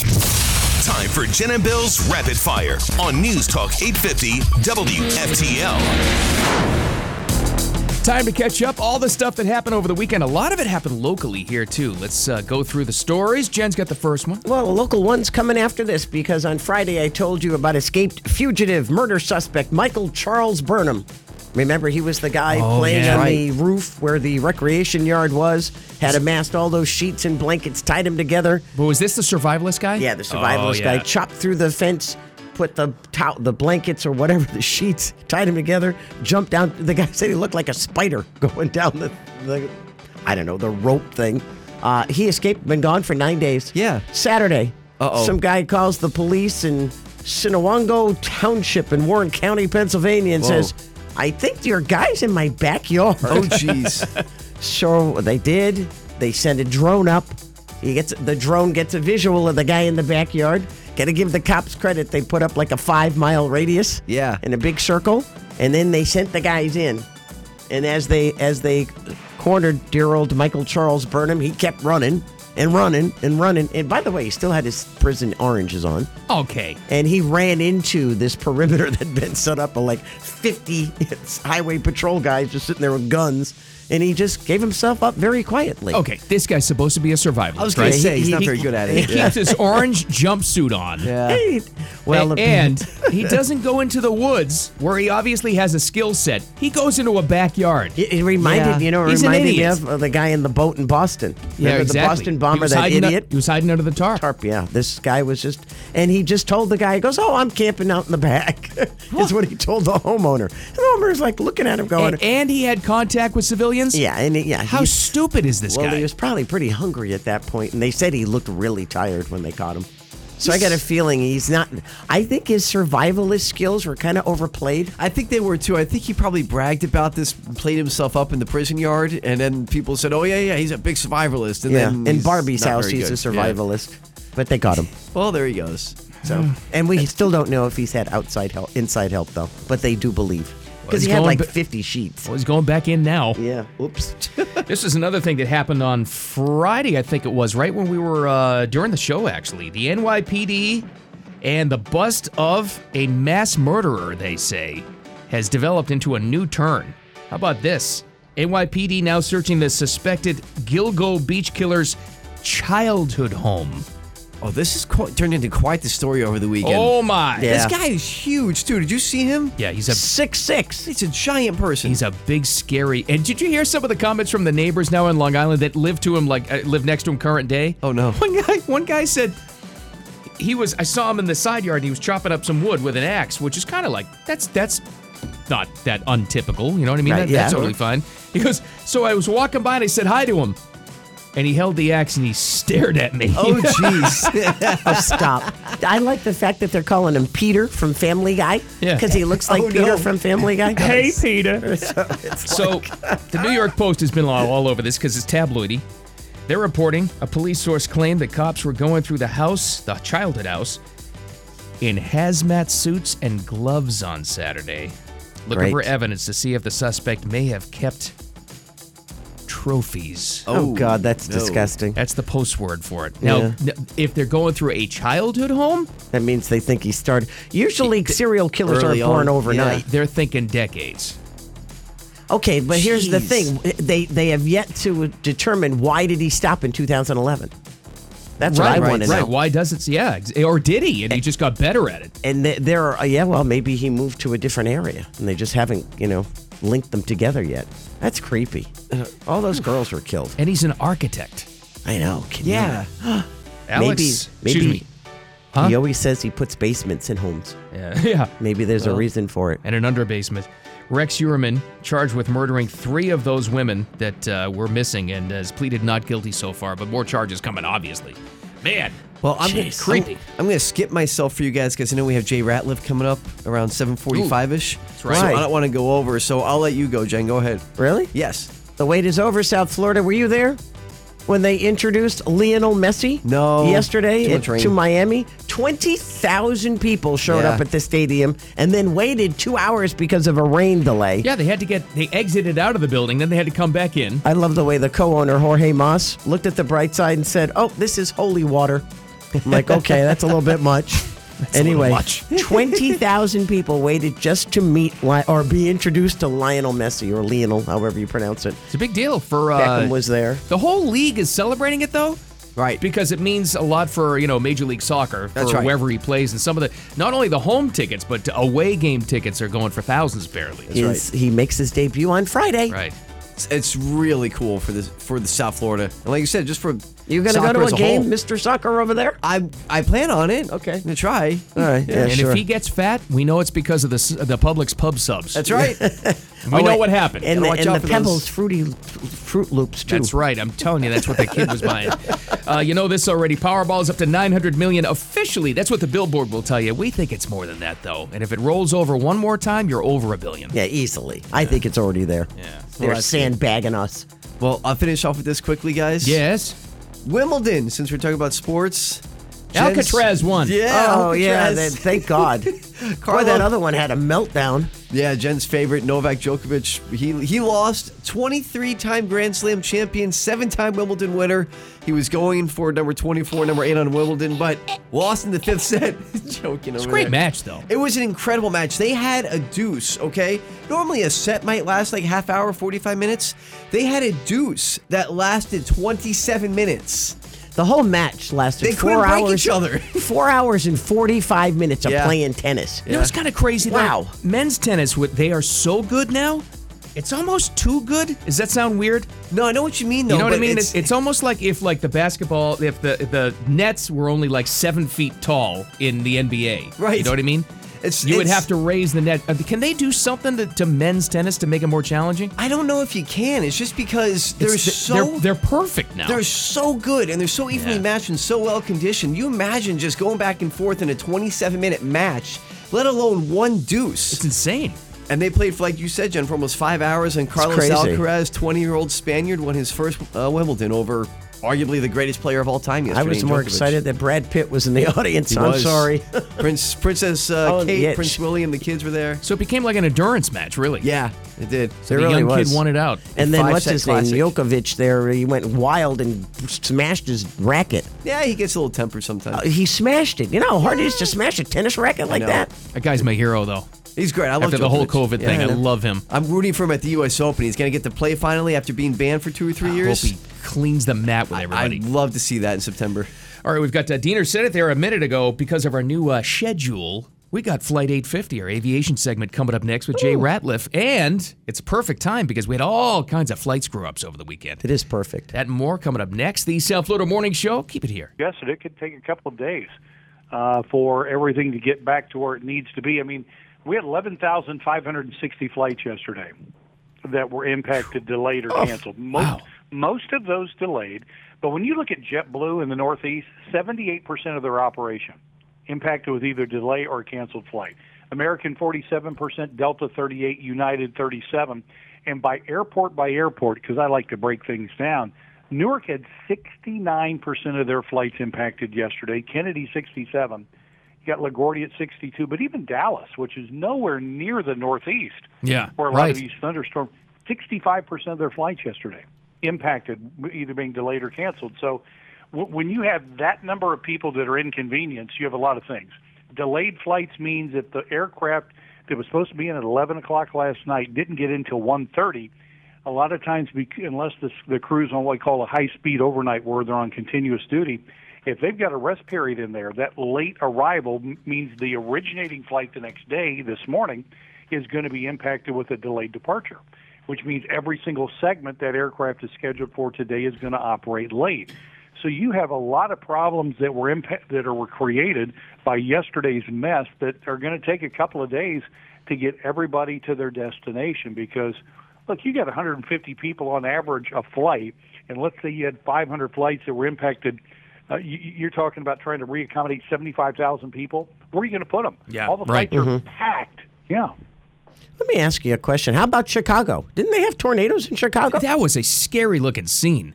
[SPEAKER 1] Time for Jen and Bill's Rapid Fire on News Talk 850 WFTL.
[SPEAKER 4] Time to catch up. All the stuff that happened over the weekend. A lot of it happened locally here too. Let's uh, go through the stories. Jen's got the first one.
[SPEAKER 3] Well, local one's coming after this because on Friday I told you about escaped fugitive murder suspect Michael Charles Burnham. Remember, he was the guy
[SPEAKER 4] Oh,
[SPEAKER 3] playing
[SPEAKER 4] yeah.
[SPEAKER 3] on the roof where the recreation yard was, had amassed all those sheets and blankets, tied them together.
[SPEAKER 4] But was this the survivalist guy?
[SPEAKER 3] Yeah, the survivalist
[SPEAKER 4] Oh, yeah.
[SPEAKER 3] guy chopped through the fence, put the towel, the blankets or whatever, the sheets, tied them together, jumped down. The guy said he looked like a spider going down the, the I don't know, the rope thing. Uh, he escaped, been gone for nine days.
[SPEAKER 8] Yeah.
[SPEAKER 3] Saturday.
[SPEAKER 8] Uh-oh.
[SPEAKER 3] Some guy calls the police in Sinawango Township in Warren County, Pennsylvania, and
[SPEAKER 8] Whoa.
[SPEAKER 3] says, I think your guy's in my backyard.
[SPEAKER 8] Oh jeez.
[SPEAKER 3] So they did. They send a drone up. He gets the drone gets a visual of the guy in the backyard. Got to give the cops credit. They put up like a five mile radius.
[SPEAKER 8] Yeah.
[SPEAKER 3] In a big circle, and then they sent the guys in. And as they as they cornered dear old Michael Charles Burnham, he kept running and running and running. And by the way, he still had his prison oranges on
[SPEAKER 4] Okay.
[SPEAKER 3] and he ran into this perimeter that had been set up of like 50 highway patrol guys just sitting there with guns and he just gave himself up very quietly
[SPEAKER 4] Okay. This guy's supposed to be a survivalist.
[SPEAKER 8] I was gonna
[SPEAKER 4] right?
[SPEAKER 8] say he's
[SPEAKER 3] He-
[SPEAKER 8] not
[SPEAKER 3] he-
[SPEAKER 8] very good at
[SPEAKER 4] He
[SPEAKER 8] it.
[SPEAKER 4] keeps his orange jumpsuit on.
[SPEAKER 8] Yeah.
[SPEAKER 3] Hey, well
[SPEAKER 4] A- and he doesn't go into the woods where he obviously has a skill set. He goes into a backyard.
[SPEAKER 3] it, it reminded
[SPEAKER 8] Yeah.
[SPEAKER 3] you know it
[SPEAKER 4] He's an
[SPEAKER 3] reminded me
[SPEAKER 4] idiot.
[SPEAKER 3] of uh, the guy in the boat in boston Remember the boston
[SPEAKER 4] He
[SPEAKER 3] bomber
[SPEAKER 4] was
[SPEAKER 3] that
[SPEAKER 4] hiding u-
[SPEAKER 3] idiot
[SPEAKER 4] he was hiding under the tarp.
[SPEAKER 3] tarp yeah this guy was just and he just told the guy he goes oh i'm camping out in the back is what he told the homeowner oh Ballmer's like looking at him going.
[SPEAKER 4] And, and he had contact with civilians?
[SPEAKER 3] Yeah, and he- yeah.
[SPEAKER 4] How
[SPEAKER 3] he's-
[SPEAKER 4] stupid is this
[SPEAKER 3] well,
[SPEAKER 4] guy?
[SPEAKER 3] he was probably pretty hungry at that point, and they said he looked really tired when they caught him. So I got a feeling he's not. I think his survivalist skills were kind of overplayed.
[SPEAKER 8] I think they were too. I think he probably bragged about this, played himself up in the prison yard, and then people said, "Oh yeah, yeah, he's a big survivalist." And
[SPEAKER 3] yeah,
[SPEAKER 8] then
[SPEAKER 3] in
[SPEAKER 8] he's
[SPEAKER 3] Barbie's
[SPEAKER 8] not
[SPEAKER 3] house,
[SPEAKER 8] very
[SPEAKER 3] he's a
[SPEAKER 8] good. Yeah.
[SPEAKER 3] survivalist, Hmm. but they got him.
[SPEAKER 8] Well, there he goes.
[SPEAKER 3] So, and we still don't know if he's had outside help, inside help though. But they do believe because
[SPEAKER 4] he's
[SPEAKER 3] he had
[SPEAKER 4] going
[SPEAKER 3] like
[SPEAKER 4] ba- Oh,
[SPEAKER 3] fifty sheets.
[SPEAKER 4] Well, he's going back in now.
[SPEAKER 3] Yeah. Oops.
[SPEAKER 4] This is another thing that happened on Friday, I think it was, right when we were uh, during the show, actually. The NYPD and the bust of a mass murderer, they say, has developed into a new turn. How about this? NYPD now searching the suspected Gilgo Beach killer's childhood home.
[SPEAKER 8] Oh, this is quite, turned into quite the story over the weekend.
[SPEAKER 4] Oh, my.
[SPEAKER 8] This guy is huge too. Did you see him?
[SPEAKER 4] Yeah, he's a
[SPEAKER 3] Six six.
[SPEAKER 8] He's a giant person.
[SPEAKER 4] He's a big, scary. And did you hear some of the comments from the neighbors now in Long Island that live to him, like uh, live next to him current day?
[SPEAKER 8] Oh, no.
[SPEAKER 4] One guy, one guy said he was. I saw him in the side yard. and He was chopping up some wood with an axe, which is kind of like that's that's not that untypical. You know what I mean?
[SPEAKER 3] Right,
[SPEAKER 4] That-
[SPEAKER 3] yeah.
[SPEAKER 4] That's totally fine. He goes. So I was walking by and I said hi to him, and he held the axe and he stared at me.
[SPEAKER 8] Oh jeez.
[SPEAKER 3] Oh, stop. I like the fact that they're calling him Peter from Family Guy.
[SPEAKER 4] Yeah.
[SPEAKER 3] Because he looks like
[SPEAKER 8] Oh, no.
[SPEAKER 3] Peter from Family Guy.
[SPEAKER 4] Peter.
[SPEAKER 3] Oh
[SPEAKER 4] So, the New York Post has been all, all over this because it's tabloidy. They're reporting a police source claimed that cops were going through the house, the childhood house, in hazmat suits and gloves on Saturday, looking
[SPEAKER 3] Great.
[SPEAKER 4] for evidence to see if the suspect may have kept trophies.
[SPEAKER 3] Oh, God, that's
[SPEAKER 8] no.
[SPEAKER 3] disgusting.
[SPEAKER 4] That's the post word for it. Now, n- if they're going through a childhood home,
[SPEAKER 3] That means they think he started. Usually, serial killers
[SPEAKER 8] Early
[SPEAKER 3] are born
[SPEAKER 8] on,
[SPEAKER 3] overnight.
[SPEAKER 4] they're thinking decades.
[SPEAKER 3] Okay, but here's the
[SPEAKER 8] Jeez.
[SPEAKER 3] thing: they they have yet to determine why did he stop in 2011. That's
[SPEAKER 4] right,
[SPEAKER 3] what I
[SPEAKER 4] right,
[SPEAKER 3] want to
[SPEAKER 4] right.
[SPEAKER 3] know. Eh.
[SPEAKER 4] Why does it? Yeah, ex- or did he? And he just got better at it.
[SPEAKER 3] And th- there are yeah, well, maybe he moved to a different area, and they just haven't you know linked them together yet. That's creepy. All those girls were killed.
[SPEAKER 4] and he's an architect.
[SPEAKER 3] I know. Can you
[SPEAKER 8] yeah.
[SPEAKER 4] Alex,
[SPEAKER 3] maybe-
[SPEAKER 4] excuse me. Huh?
[SPEAKER 3] He always says he puts basements in homes.
[SPEAKER 4] Yeah, yeah.
[SPEAKER 3] Maybe there's a reason for it.
[SPEAKER 4] And an underbasement. Rex Uriman, charged with murdering three of those women that uh, were missing, and has pleaded not guilty so far, but more charges coming, obviously. Man,
[SPEAKER 8] Well, I'm
[SPEAKER 4] Jeez.
[SPEAKER 8] gonna,
[SPEAKER 4] creepy.
[SPEAKER 8] I'm, I'm gonna skip myself for you guys because I know we have Jay Ratliff coming up around 7:45 ish. That's
[SPEAKER 4] right.
[SPEAKER 8] So
[SPEAKER 3] Right.
[SPEAKER 8] I don't want to go over. So I'll let you go, Jen. Go ahead.
[SPEAKER 3] Really?
[SPEAKER 8] Yes.
[SPEAKER 3] The wait is over, South Florida. Were you there when they introduced Lionel Messi?
[SPEAKER 8] No.
[SPEAKER 3] Yesterday
[SPEAKER 8] Too
[SPEAKER 3] at-
[SPEAKER 8] much rain.
[SPEAKER 3] to Miami, 20,000 people showed
[SPEAKER 8] Yeah.
[SPEAKER 3] up at the stadium and then waited two hours because of a rain delay.
[SPEAKER 4] yeah, they had to get they exited out of the building, then they had to come back in.
[SPEAKER 3] I love the way the co owner, Jorge Mas, looked at the bright side and said, Oh, this is holy water. I'm like, okay, that's a little bit much. anyway,
[SPEAKER 4] much.
[SPEAKER 3] 20,000 people waited just to meet Li- or be introduced to Lionel Messi or Lionel, however you pronounce it.
[SPEAKER 4] It's a big deal for uh,
[SPEAKER 3] Beckham was there.
[SPEAKER 4] The whole league is celebrating it though.
[SPEAKER 8] Right.
[SPEAKER 4] Because it means a lot for, you know, Major League Soccer, for
[SPEAKER 8] That's right.
[SPEAKER 4] wherever he plays. And some of the, not only the home tickets, but away game tickets are going for thousands barely.
[SPEAKER 3] Is, He makes his debut on Friday.
[SPEAKER 4] Right.
[SPEAKER 8] It's, it's really cool for this for the South Florida, and like you said, just for
[SPEAKER 3] You gonna
[SPEAKER 8] soccer
[SPEAKER 3] go
[SPEAKER 8] as
[SPEAKER 3] to a game,
[SPEAKER 8] whole.
[SPEAKER 3] Mr. Soccer over there?
[SPEAKER 8] I I plan on it.
[SPEAKER 3] Okay.
[SPEAKER 8] I'm gonna try.
[SPEAKER 3] All right, yeah,
[SPEAKER 4] and
[SPEAKER 3] sure.
[SPEAKER 4] if he gets fat, we know it's because of the s- the Publix pub subs.
[SPEAKER 8] That's right.
[SPEAKER 4] We know
[SPEAKER 8] wait.
[SPEAKER 4] what happened.
[SPEAKER 3] Oh, and the,
[SPEAKER 8] watch
[SPEAKER 3] and
[SPEAKER 8] out
[SPEAKER 3] the
[SPEAKER 8] for those.
[SPEAKER 3] Pebbles Fruity Fruit Loops too.
[SPEAKER 4] that's right. I'm telling you, that's what the kid was buying. Uh, you know this already. Powerball is up to 900 million officially. That's what the billboard will tell you. We think it's more than that, though. And if it rolls over one more time, you're over a billion.
[SPEAKER 3] Yeah, easily. I think it's already there. Yeah, they're
[SPEAKER 8] Well, that's good.
[SPEAKER 3] sandbagging us.
[SPEAKER 8] well, I'll finish off with this quickly, guys.
[SPEAKER 4] Yes.
[SPEAKER 8] Wimbledon. Since we're talking about sports, Jen's-
[SPEAKER 4] Alcatraz won.
[SPEAKER 8] Yeah.
[SPEAKER 3] oh yeah,
[SPEAKER 8] Alcatraz.
[SPEAKER 3] then, thank God. Boy, that
[SPEAKER 8] Carlo-
[SPEAKER 3] other one had a meltdown.
[SPEAKER 8] Yeah, Jen's favorite, Novak Djokovic. He he lost 23-time Grand Slam champion, seven-time Wimbledon winner. He was going for number 24, number eight on Wimbledon, but lost in the fifth set. Joking
[SPEAKER 4] It's a
[SPEAKER 8] over
[SPEAKER 4] great
[SPEAKER 8] there.
[SPEAKER 4] match, though.
[SPEAKER 8] It was an incredible match. They had a deuce, okay? Normally a set might last like half hour, 45 minutes. They had a deuce that lasted 27 minutes.
[SPEAKER 3] The whole match lasted
[SPEAKER 8] They couldn't
[SPEAKER 3] four
[SPEAKER 8] break
[SPEAKER 3] hours.
[SPEAKER 8] each other.
[SPEAKER 3] four hours and forty-five minutes of
[SPEAKER 8] Yeah.
[SPEAKER 3] playing tennis.
[SPEAKER 4] You know, it's kind of crazy. though.
[SPEAKER 3] Wow.
[SPEAKER 4] Men's tennis, what- they are so good now. It's almost too good. Does that sound weird?
[SPEAKER 8] No, I know what you mean though.
[SPEAKER 4] you know what I
[SPEAKER 8] but
[SPEAKER 4] mean?
[SPEAKER 8] It's,
[SPEAKER 4] It's, it's almost like if like the basketball, if the the nets were only like seven feet tall in the NBA. You
[SPEAKER 8] Right.
[SPEAKER 4] know what I mean?
[SPEAKER 8] It's-
[SPEAKER 4] you would
[SPEAKER 8] it's-
[SPEAKER 4] have to raise the net. Uh, Can they do something to, to men's tennis to make it more challenging?
[SPEAKER 8] I don't know if you can. It's just because they're so
[SPEAKER 4] they're, they're perfect now.
[SPEAKER 8] They're so good and they're so evenly
[SPEAKER 4] Yeah.
[SPEAKER 8] matched and so well conditioned. You imagine just going back and forth in a 27 minute match, let alone one deuce. It's
[SPEAKER 4] insane.
[SPEAKER 8] And they played for, like you said, Jen, for almost five hours. And Carlos
[SPEAKER 3] crazy.
[SPEAKER 8] Alcaraz, 20 year old Spaniard, won his first uh, Wimbledon over arguably the greatest player of all time yesterday.
[SPEAKER 3] I was
[SPEAKER 8] in Djokovic.
[SPEAKER 3] more excited that Brad Pitt was in the audience.
[SPEAKER 8] He
[SPEAKER 3] I'm
[SPEAKER 8] was.
[SPEAKER 3] sorry.
[SPEAKER 8] Prince, Princess uh,
[SPEAKER 3] Oh,
[SPEAKER 8] Kate,
[SPEAKER 3] yeah.
[SPEAKER 8] Prince William, the kids were there.
[SPEAKER 4] so it became like an endurance match, really.
[SPEAKER 8] Yeah, it did.
[SPEAKER 4] The
[SPEAKER 3] really
[SPEAKER 4] young
[SPEAKER 3] was.
[SPEAKER 4] kid won it out.
[SPEAKER 3] And then
[SPEAKER 8] Five
[SPEAKER 3] what's
[SPEAKER 8] set
[SPEAKER 3] his
[SPEAKER 8] classic.
[SPEAKER 3] name? Jokovic there, he went wild and smashed his racket.
[SPEAKER 8] Yeah, he gets a little tempered sometimes.
[SPEAKER 3] Uh, he smashed it. You know how hard it is to smash a tennis racket like
[SPEAKER 8] know.
[SPEAKER 3] that?
[SPEAKER 4] That guy's my hero, though.
[SPEAKER 8] He's great. I love
[SPEAKER 4] After the whole
[SPEAKER 8] Djokovic.
[SPEAKER 4] COVID
[SPEAKER 8] Yeah,
[SPEAKER 4] thing, I,
[SPEAKER 8] know.
[SPEAKER 4] love him.
[SPEAKER 8] I'm rooting for him at the U.S. Open. He's going to get to play finally after being banned for two or three years.
[SPEAKER 4] Ah, Hope he cleans the mat with everybody.
[SPEAKER 8] I'd love to see that in September.
[SPEAKER 4] All right, we've got uh, Diener said it there a minute ago because of our new uh, schedule. We got Flight 850, our aviation segment, coming up next with Jay Ratliff. And it's perfect time because we had all kinds of flight screw ups over the weekend.
[SPEAKER 3] It is perfect.
[SPEAKER 4] That and more coming up next. The South Florida Morning Show. Keep it here.
[SPEAKER 10] Yes, and it could take a couple of days uh, for everything to get back to where it needs to be. I mean, we had 11,560 flights yesterday that were impacted, delayed, or canceled. Most, most of those delayed. But when you look at JetBlue in the Northeast, 78% of their operation impacted with either delay or canceled flight. American 47%, Delta 38, United 37, and by airport by airport because I like to break things down. Newark had 69% of their flights impacted yesterday, Kennedy 67. You got LaGuardia at 62, but even Dallas, which is nowhere near the Northeast,
[SPEAKER 4] Yeah.
[SPEAKER 10] where a lot
[SPEAKER 4] right.
[SPEAKER 10] of these thunderstorms, 65% of their flights yesterday impacted, either being delayed or canceled. So w- when you have that number of people that are inconvenienced, you have a lot of things. Delayed flights means if the aircraft that was supposed to be in at 11 o'clock last night didn't get in till 1.30, a lot of times, bec- unless the, the crew's on what we call a high-speed overnight where they're on continuous duty, if they've got a rest period in there, that late arrival m- means the originating flight the next day, this morning, is going to be impacted with a delayed departure, which means every single segment that aircraft is scheduled for today is going to operate late. So you have a lot of problems that were impa- that are, were created by yesterday's mess that are going to take a couple of days to get everybody to their destination because look, you got 150 people on average a flight, and let's say you had 500 flights that were impacted. Uh, you, you're talking about trying to reaccommodate 75,000 people. Where are you going to put them?
[SPEAKER 4] Yeah,
[SPEAKER 10] all the
[SPEAKER 4] right.
[SPEAKER 10] flights
[SPEAKER 3] Mhm.
[SPEAKER 10] are packed. Yeah.
[SPEAKER 3] Let me ask you a question. How about Chicago? Didn't they have tornadoes in Chicago?
[SPEAKER 4] That was a scary looking scene.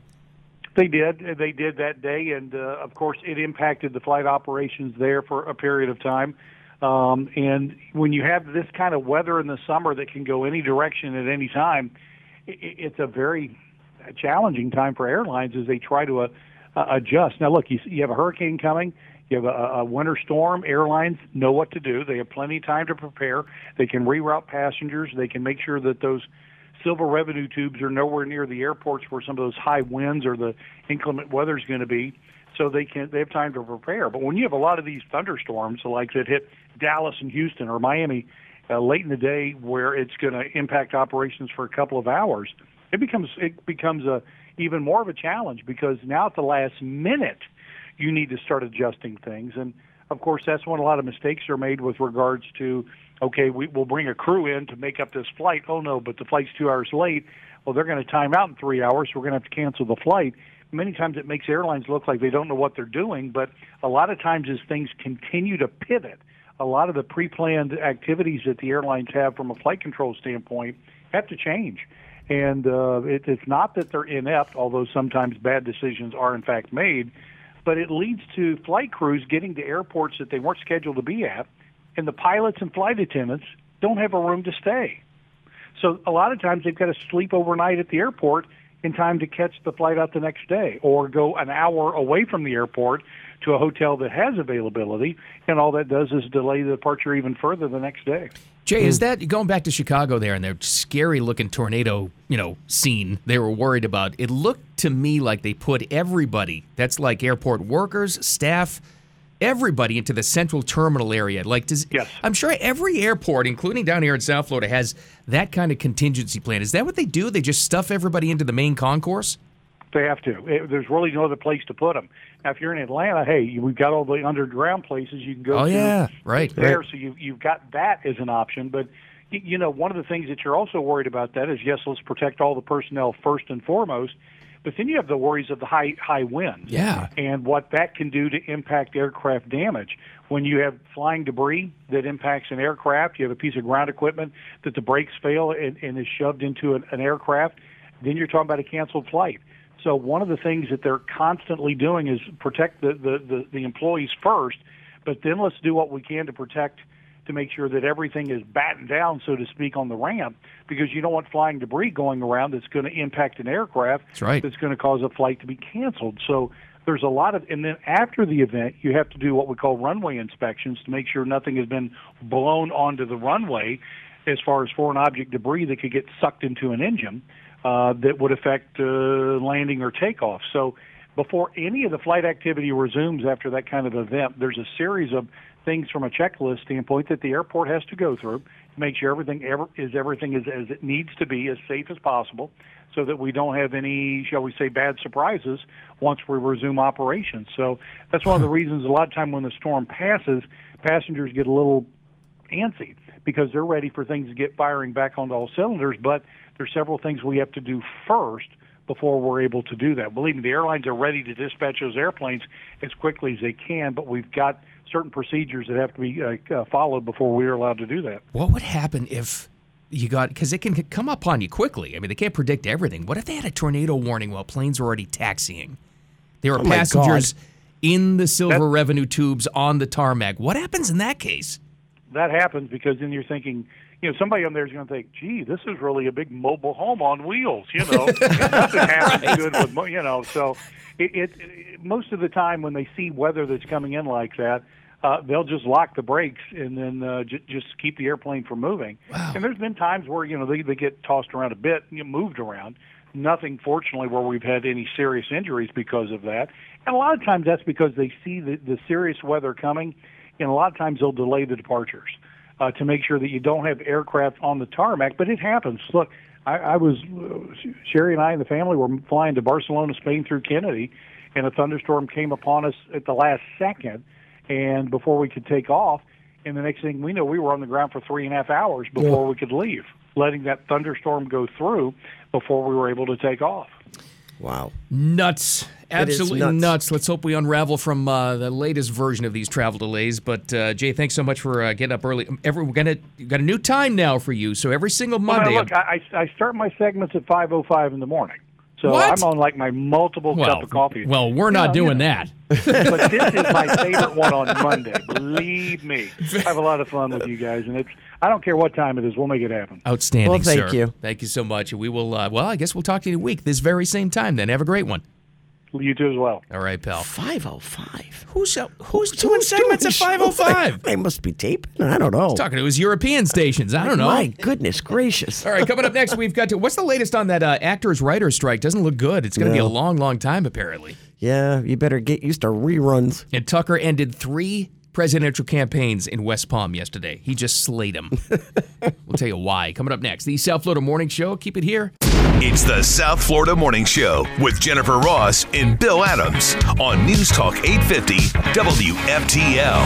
[SPEAKER 10] They did. They did that day, and uh, of course, it impacted the flight operations there for a period of time. Um, and when you have this kind of weather in the summer that can go any direction at any time, i i- it's a very challenging time for airlines as they try to uh, uh, adjust. Now, look, you, s- you have a hurricane coming. You have a, a winter storm. Airlines know what to do. They have plenty of time to prepare. They can reroute passengers. They can make sure that those silver revenue tubes are nowhere near the airports where some of those high winds or the inclement weather is going to be. So they can they have time to prepare. But when you have a lot of these thunderstorms like that hit Dallas and Houston or Miami uh, late in the day, where it's going to impact operations for a couple of hours, it becomes it becomes a even more of a challenge because now at the last minute you need to start adjusting things. And of course, that's when a lot of mistakes are made with regards to, okay, we, we'll bring a crew in to make up this flight. Oh no, but the flight's two hours late. Well, they're going to time out in three hours, so we're going to have to cancel the flight. Many times it makes airlines look like they don't know what they're doing, but a lot of times as things continue to pivot, a lot of the pre-planned activities that the airlines have from a flight control standpoint have to change. And uh, it, it's not that they're inept, although sometimes bad decisions are in fact made, but it leads to flight crews getting to airports that they weren't scheduled to be at, and the pilots and flight attendants don't have a room to stay. So a lot of times they've got to sleep overnight at the airport in time to catch the flight out the next day or go an hour away from the airport to a hotel that has availability and all that does is delay the departure even further the next day.
[SPEAKER 4] Jay, is that going back to Chicago there and their scary looking tornado, you know, scene they were worried about? It looked to me like they put everybody, that's like airport workers, staff, everybody into the central terminal area. Like does
[SPEAKER 10] Yes.
[SPEAKER 4] I'm sure every airport, including down here in South Florida, has that kind of contingency plan. Is that what they do? They just stuff everybody into the main concourse?
[SPEAKER 10] They have to. It, there's really no other place to put them. Now, if you're in Atlanta, hey, we've got all the underground places you can go.
[SPEAKER 4] Oh,
[SPEAKER 10] to
[SPEAKER 4] yeah. Right.
[SPEAKER 10] There,
[SPEAKER 4] Right.
[SPEAKER 10] so you've you've got that as an option, but. y- You know, one of the things that you're also worried about that is yes, let's protect all the personnel first and foremost, but then you have the worries of the high high winds
[SPEAKER 4] Yeah.
[SPEAKER 10] and what that can do to impact aircraft damage. When you have flying debris that impacts an aircraft, you have a piece of ground equipment that the brakes fail and, and is shoved into an, an aircraft, then you're talking about a canceled flight. So one of the things that they're constantly doing is protect the, the, the, the employees first, but then let's do what we can to protect to make sure that everything is battened down, so to speak, on the ramp, because you don't want flying debris going around that's going to impact an aircraft
[SPEAKER 4] That's right.
[SPEAKER 10] that's going to cause a flight to be canceled. So there's a lot of, and then after the event, you have to do what we call runway inspections to make sure nothing has been blown onto the runway as far as foreign object debris that could get sucked into an engine uh, that would affect uh, landing or takeoff. So before any of the flight activity resumes after that kind of event, there's a series of things from a checklist standpoint that the airport has to go through to make sure everything ever, is everything is as it needs to be, as safe as possible, so that we don't have any, shall we say, bad surprises once we resume operations. So that's one of the reasons a lot of time when the storm passes, passengers get a little antsy because they're ready for things to get firing back onto all cylinders. But there's several things we have to do first before we're able to do that. Believe me, the airlines are ready to dispatch those airplanes as quickly as they can, but we've got certain procedures that have to be uh, uh, followed before we're allowed to do that.
[SPEAKER 4] What would happen if you got because it can come up on you quickly. I mean, they can't predict everything. What if they had a tornado warning while planes were already taxiing? There were
[SPEAKER 3] Oh my
[SPEAKER 4] passengers
[SPEAKER 3] God.
[SPEAKER 4] in the silver revenue tubes on the tarmac. What happens in that case?
[SPEAKER 10] that happens because then you're thinking, you know, somebody on there is going to think, gee, this is really a big mobile home on wheels, you know. Nothing happens good with, mo- you know. So it, it, it, most of the time when they see weather that's coming in like that, uh, they'll just lock the brakes and then uh, j- just keep the airplane from moving. And there's been times where, you know, they, they get tossed around a bit, you know, moved around. Nothing, fortunately, where we've had any serious injuries because of that. And a lot of times that's because they see the, the serious weather coming and a lot of times they'll delay the departures uh, to make sure that you don't have aircraft on the tarmac. But it happens. Look, I, I was uh, Sherry and I and the family were flying to Barcelona, Spain through Kennedy, and a thunderstorm came upon us at the last second, and before we could take off. And the next thing we know, we were on the ground for three and a half hours before we could leave, letting that thunderstorm go through before we were able to take off.
[SPEAKER 3] Wow.
[SPEAKER 4] Nuts.
[SPEAKER 3] It is
[SPEAKER 4] Absolutely
[SPEAKER 3] nuts.
[SPEAKER 4] nuts. Let's hope we unravel from uh, the latest version of these travel delays. But uh, Jay, thanks so much for uh, getting up early. Every, we're gonna you got a new time now for you. So every single
[SPEAKER 10] Well, now,
[SPEAKER 4] Monday,
[SPEAKER 10] look, I, I I start my segments at 5:05 in the morning, so
[SPEAKER 4] What?
[SPEAKER 10] I'm on like my multiple cup
[SPEAKER 4] well,
[SPEAKER 10] of coffee.
[SPEAKER 4] well, we're not
[SPEAKER 10] Yeah, you
[SPEAKER 4] doing
[SPEAKER 10] know.
[SPEAKER 4] that.
[SPEAKER 10] but this is my favorite one on Monday. Believe me, I have a lot of fun with you guys, and it's I don't care what time it is, we'll make it happen.
[SPEAKER 4] Outstanding.
[SPEAKER 10] Well, thank
[SPEAKER 4] sir.
[SPEAKER 10] you.
[SPEAKER 4] Thank you so much. We will. Uh, well, I guess we'll talk to you in a week, this very same time. Then have a great one.
[SPEAKER 10] You too as well.
[SPEAKER 4] All right, pal.
[SPEAKER 3] Five oh five.
[SPEAKER 4] Who's uh, who's doing segments at five oh five?
[SPEAKER 3] They must be taping. I don't know.
[SPEAKER 4] Talking to his European stations. I don't know.
[SPEAKER 3] My goodness gracious.
[SPEAKER 4] All right, coming up next, we've got to. What's the latest on that uh, actors writers strike? Doesn't look good. It's going to be
[SPEAKER 3] No.
[SPEAKER 4] a long, long time apparently.
[SPEAKER 3] Yeah, you better get used to reruns.
[SPEAKER 4] And Tucker ended three presidential campaigns in West Palm yesterday. He just slayed them. we'll tell you why. Coming up next, the South Florida Morning Show. Keep it here.
[SPEAKER 1] It's the South Florida Morning Show with Jennifer Ross and Bill Adams on News Talk 850 WFTL.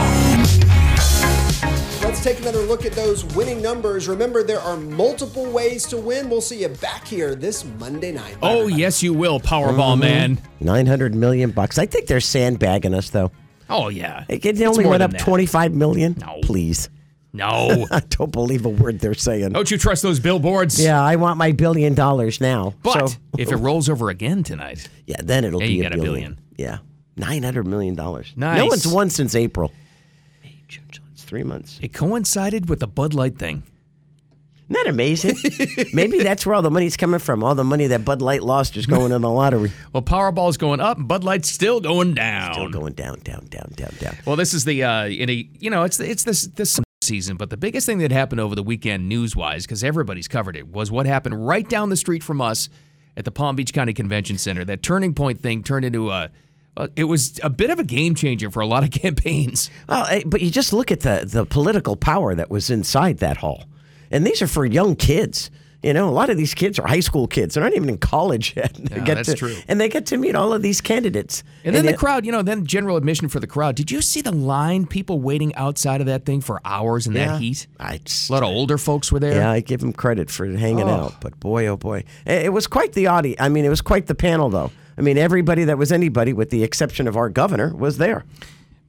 [SPEAKER 11] Let's take another look at those winning numbers. Remember, there are multiple ways to win. We'll see you back here this Monday night.
[SPEAKER 4] Oh yes, you will, Powerball man.
[SPEAKER 3] Mm-hmm. Nine hundred million bucks. I think they're sandbagging us though.
[SPEAKER 4] Oh yeah.
[SPEAKER 3] It, it
[SPEAKER 4] It's
[SPEAKER 3] only
[SPEAKER 4] more
[SPEAKER 3] went
[SPEAKER 4] than
[SPEAKER 3] up
[SPEAKER 4] that.
[SPEAKER 3] twenty five million. No, please.
[SPEAKER 4] No.
[SPEAKER 3] I don't believe a word they're saying.
[SPEAKER 4] Don't you trust those billboards?
[SPEAKER 3] Yeah, I want my billion dollars now.
[SPEAKER 4] But
[SPEAKER 3] So-
[SPEAKER 4] if it rolls over again tonight,
[SPEAKER 3] yeah, then it'll
[SPEAKER 4] then
[SPEAKER 3] be
[SPEAKER 4] you
[SPEAKER 3] a
[SPEAKER 4] got a
[SPEAKER 3] billion.
[SPEAKER 4] billion.
[SPEAKER 3] Yeah, nine hundred million dollars. No
[SPEAKER 4] Nice.
[SPEAKER 3] one's won since April. It's three months.
[SPEAKER 4] It coincided with the Bud Light thing.
[SPEAKER 3] Isn't that amazing? Maybe that's where all the money's coming from. All the money that Bud Light lost is going in the lottery.
[SPEAKER 4] Well, Powerball's going up, and Bud Light's still going down.
[SPEAKER 3] Still going down, down, down, down, down.
[SPEAKER 4] Well, this is the uh, in a, you know it's it's this this season, but the biggest thing that happened over the weekend news wise, because everybody's covered it, was what happened right down the street from us at the Palm Beach County Convention Center. That turning point thing turned into a, a it was a bit of a game changer for a lot of campaigns.
[SPEAKER 3] Well, eh, but you just look at the the political power that was inside that hall, and these are for young kids. You know, a lot of these kids are high school kids. They're not even in college yet. They
[SPEAKER 4] Yeah, that's
[SPEAKER 3] to,
[SPEAKER 4] true.
[SPEAKER 3] And they get to meet all of these candidates.
[SPEAKER 4] And then the
[SPEAKER 3] it-
[SPEAKER 4] crowd, you know, then general admission for the crowd. Did you see the line? People waiting outside of that thing for hours in
[SPEAKER 3] Yeah.
[SPEAKER 4] that heat.
[SPEAKER 3] I
[SPEAKER 4] a lot of older folks were there.
[SPEAKER 3] Yeah, I give them credit for hanging
[SPEAKER 4] Oh.
[SPEAKER 3] out, but boy, oh boy, it it was quite the audience. I mean, it was quite the panel, though. I mean, everybody that was anybody, with the exception of our governor, was there.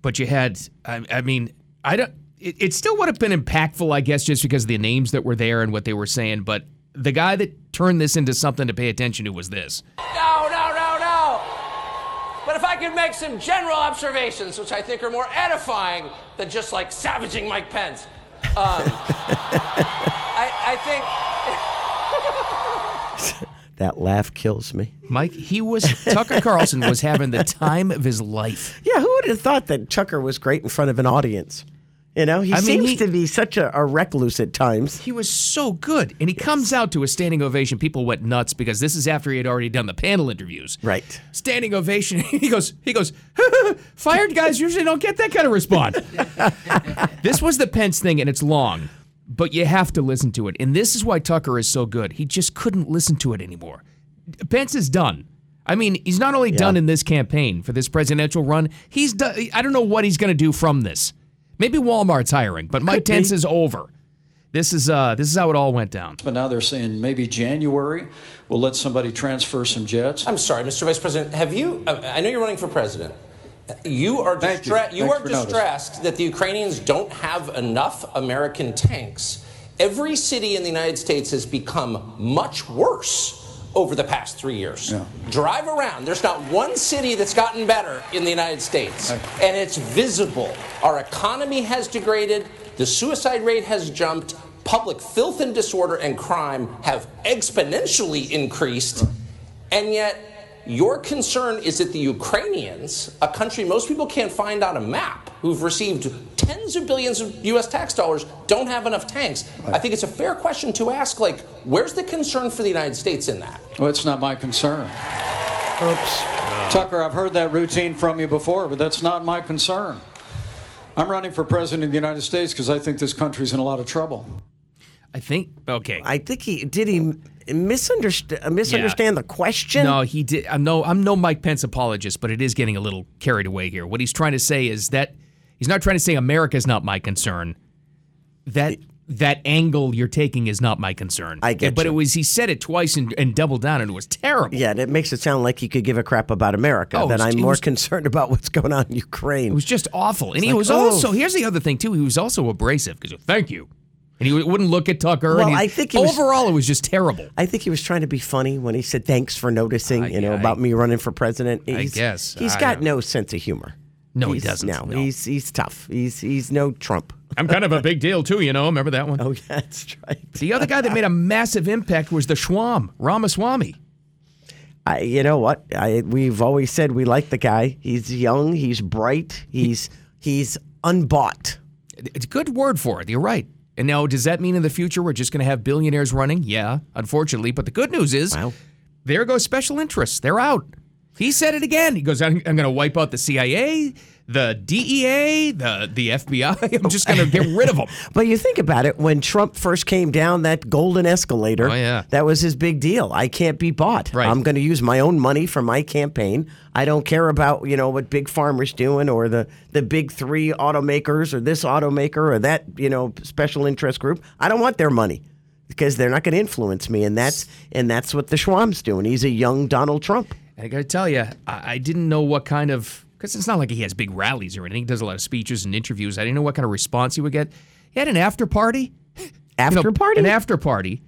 [SPEAKER 4] But you had, I, I mean, I don't. It, it still would have been impactful, I guess, just because of the names that were there and what they were saying. But the guy that turned this into something to pay attention to was this.
[SPEAKER 2] No, no, no, no. But if I could make some general observations, which I think are more edifying than just like savaging Mike Pence, um, I, I think.
[SPEAKER 3] That laugh kills me.
[SPEAKER 4] Mike, he was Tucker Carlson was having the time of his life.
[SPEAKER 3] Yeah, who would have thought that Tucker was great in front of an audience? You know, he
[SPEAKER 4] I mean,
[SPEAKER 3] seems
[SPEAKER 4] he-
[SPEAKER 3] to be such a, a recluse at times.
[SPEAKER 4] He was so good, and he comes out to a standing ovation. People went nuts because this is after he had already done the panel interviews.
[SPEAKER 3] Right.
[SPEAKER 4] Standing ovation. He goes. He goes. Fired guys usually don't get that kind of response. this was the Pence thing, and it's long, but you have to listen to it. And this is why Tucker is so good. He just couldn't listen to it anymore. Pence is done. I mean, he's not only done in this campaign for this presidential run, he's done. I don't know what he's going to do from this. Maybe Walmart's hiring, but Mike
[SPEAKER 12] Could be.
[SPEAKER 4] Pence is over. This is uh, this is how it all went down.
[SPEAKER 12] But now they're saying maybe January we'll let somebody transfer some jets.
[SPEAKER 2] I'm sorry, Mr. Vice President. Have you? uh, I know you're running for president. You are distra- you
[SPEAKER 12] you. Thanks
[SPEAKER 2] are
[SPEAKER 12] for noticing.
[SPEAKER 2] distressed that the Ukrainians don't have enough American tanks. Every city in the United States has become much worse over the past three years. Drive around. There's not one city that's gotten better in the United States. And it's visible. Our economy has degraded, the suicide rate has jumped, public filth and disorder and crime have exponentially increased. And yet, your concern is that the Ukrainians, a country most people can't find on a map, who've received tens of billions of US tax dollars, don't have enough tanks. I think it's a fair question to ask like, where's the concern for the United States in that?
[SPEAKER 12] Well, it's not my concern. Oops. Tucker, I've heard that routine from you before, but that's not my concern. I'm running for president of the United States because I think this country's in a lot of trouble.
[SPEAKER 4] I think okay.
[SPEAKER 3] I think he did he misunderstand misunderstand the question.
[SPEAKER 4] No, he did. I'm no, I'm no Mike Pence apologist, but it is getting a little carried away here. What he's trying to say is that he's not trying to say America's not my concern. That that angle you're taking is not my concern. I
[SPEAKER 3] get
[SPEAKER 4] but
[SPEAKER 3] you.
[SPEAKER 4] it was he said it twice and, and doubled down, and it was terrible.
[SPEAKER 3] Yeah, and it makes it sound like he could give a crap about America.
[SPEAKER 4] Oh,
[SPEAKER 3] that
[SPEAKER 4] it's-
[SPEAKER 3] I'm
[SPEAKER 4] it
[SPEAKER 3] more
[SPEAKER 4] was-
[SPEAKER 3] concerned about what's going on in Ukraine.
[SPEAKER 4] It was just awful, and
[SPEAKER 3] It's
[SPEAKER 4] he
[SPEAKER 3] like,
[SPEAKER 4] was
[SPEAKER 3] oh.
[SPEAKER 4] also. Here's the other thing too. He was also abrasive because thank you, and he wouldn't look at Tucker.
[SPEAKER 3] Well,
[SPEAKER 4] and he-
[SPEAKER 3] I think he was-
[SPEAKER 4] overall it was just terrible.
[SPEAKER 3] I think he was trying to be funny when he said thanks for noticing, you know, about me running for president.
[SPEAKER 4] I
[SPEAKER 3] He's,
[SPEAKER 4] guess.
[SPEAKER 3] he's
[SPEAKER 4] I
[SPEAKER 3] got
[SPEAKER 4] don't-
[SPEAKER 3] no sense of humor.
[SPEAKER 4] No, he
[SPEAKER 3] He's-
[SPEAKER 4] doesn't.
[SPEAKER 3] No,
[SPEAKER 4] No.
[SPEAKER 3] he's he's tough. He's he's no Trump.
[SPEAKER 4] I'm kind of a big deal too, you know. Remember that one?
[SPEAKER 3] Oh, yeah, that's right.
[SPEAKER 4] The other guy that made a massive impact was the Schwam, Ramaswamy.
[SPEAKER 3] I, you know what? I we've always said we like the guy. He's young. He's bright. He's he's unbought.
[SPEAKER 4] It's a good word for it. You're right. And now, does that mean in the future we're just going to have billionaires running? Yeah, unfortunately. But the good news is, there goes special interests. They're out. He said it again. He goes, "I'm, I'm going to wipe out the CIA, the DEA, the the FBI. I'm just going to get rid of them."
[SPEAKER 3] But you think about it, when Trump first came down that golden escalator,
[SPEAKER 4] Oh, yeah.
[SPEAKER 3] that was his big deal. I can't be bought.
[SPEAKER 4] Right.
[SPEAKER 3] I'm going to use my own money for my campaign. I don't care about, you know, what big farmers doing or the, the big three automakers or this automaker or that, you know, special interest group. I don't want their money because they're not going to influence me. And that's and that's what the Schwam's doing. He's a young Donald Trump.
[SPEAKER 4] And I got to tell you, I, I didn't know what kind of because it's not like he has big rallies or anything. He does a lot of speeches and interviews. I didn't know what kind of response he would get. He had an after party. After
[SPEAKER 3] party?
[SPEAKER 4] An after party.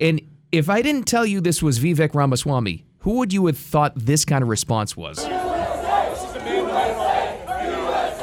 [SPEAKER 4] And if I didn't tell you this was Vivek Ramaswamy, who would you have thought this kind of response was?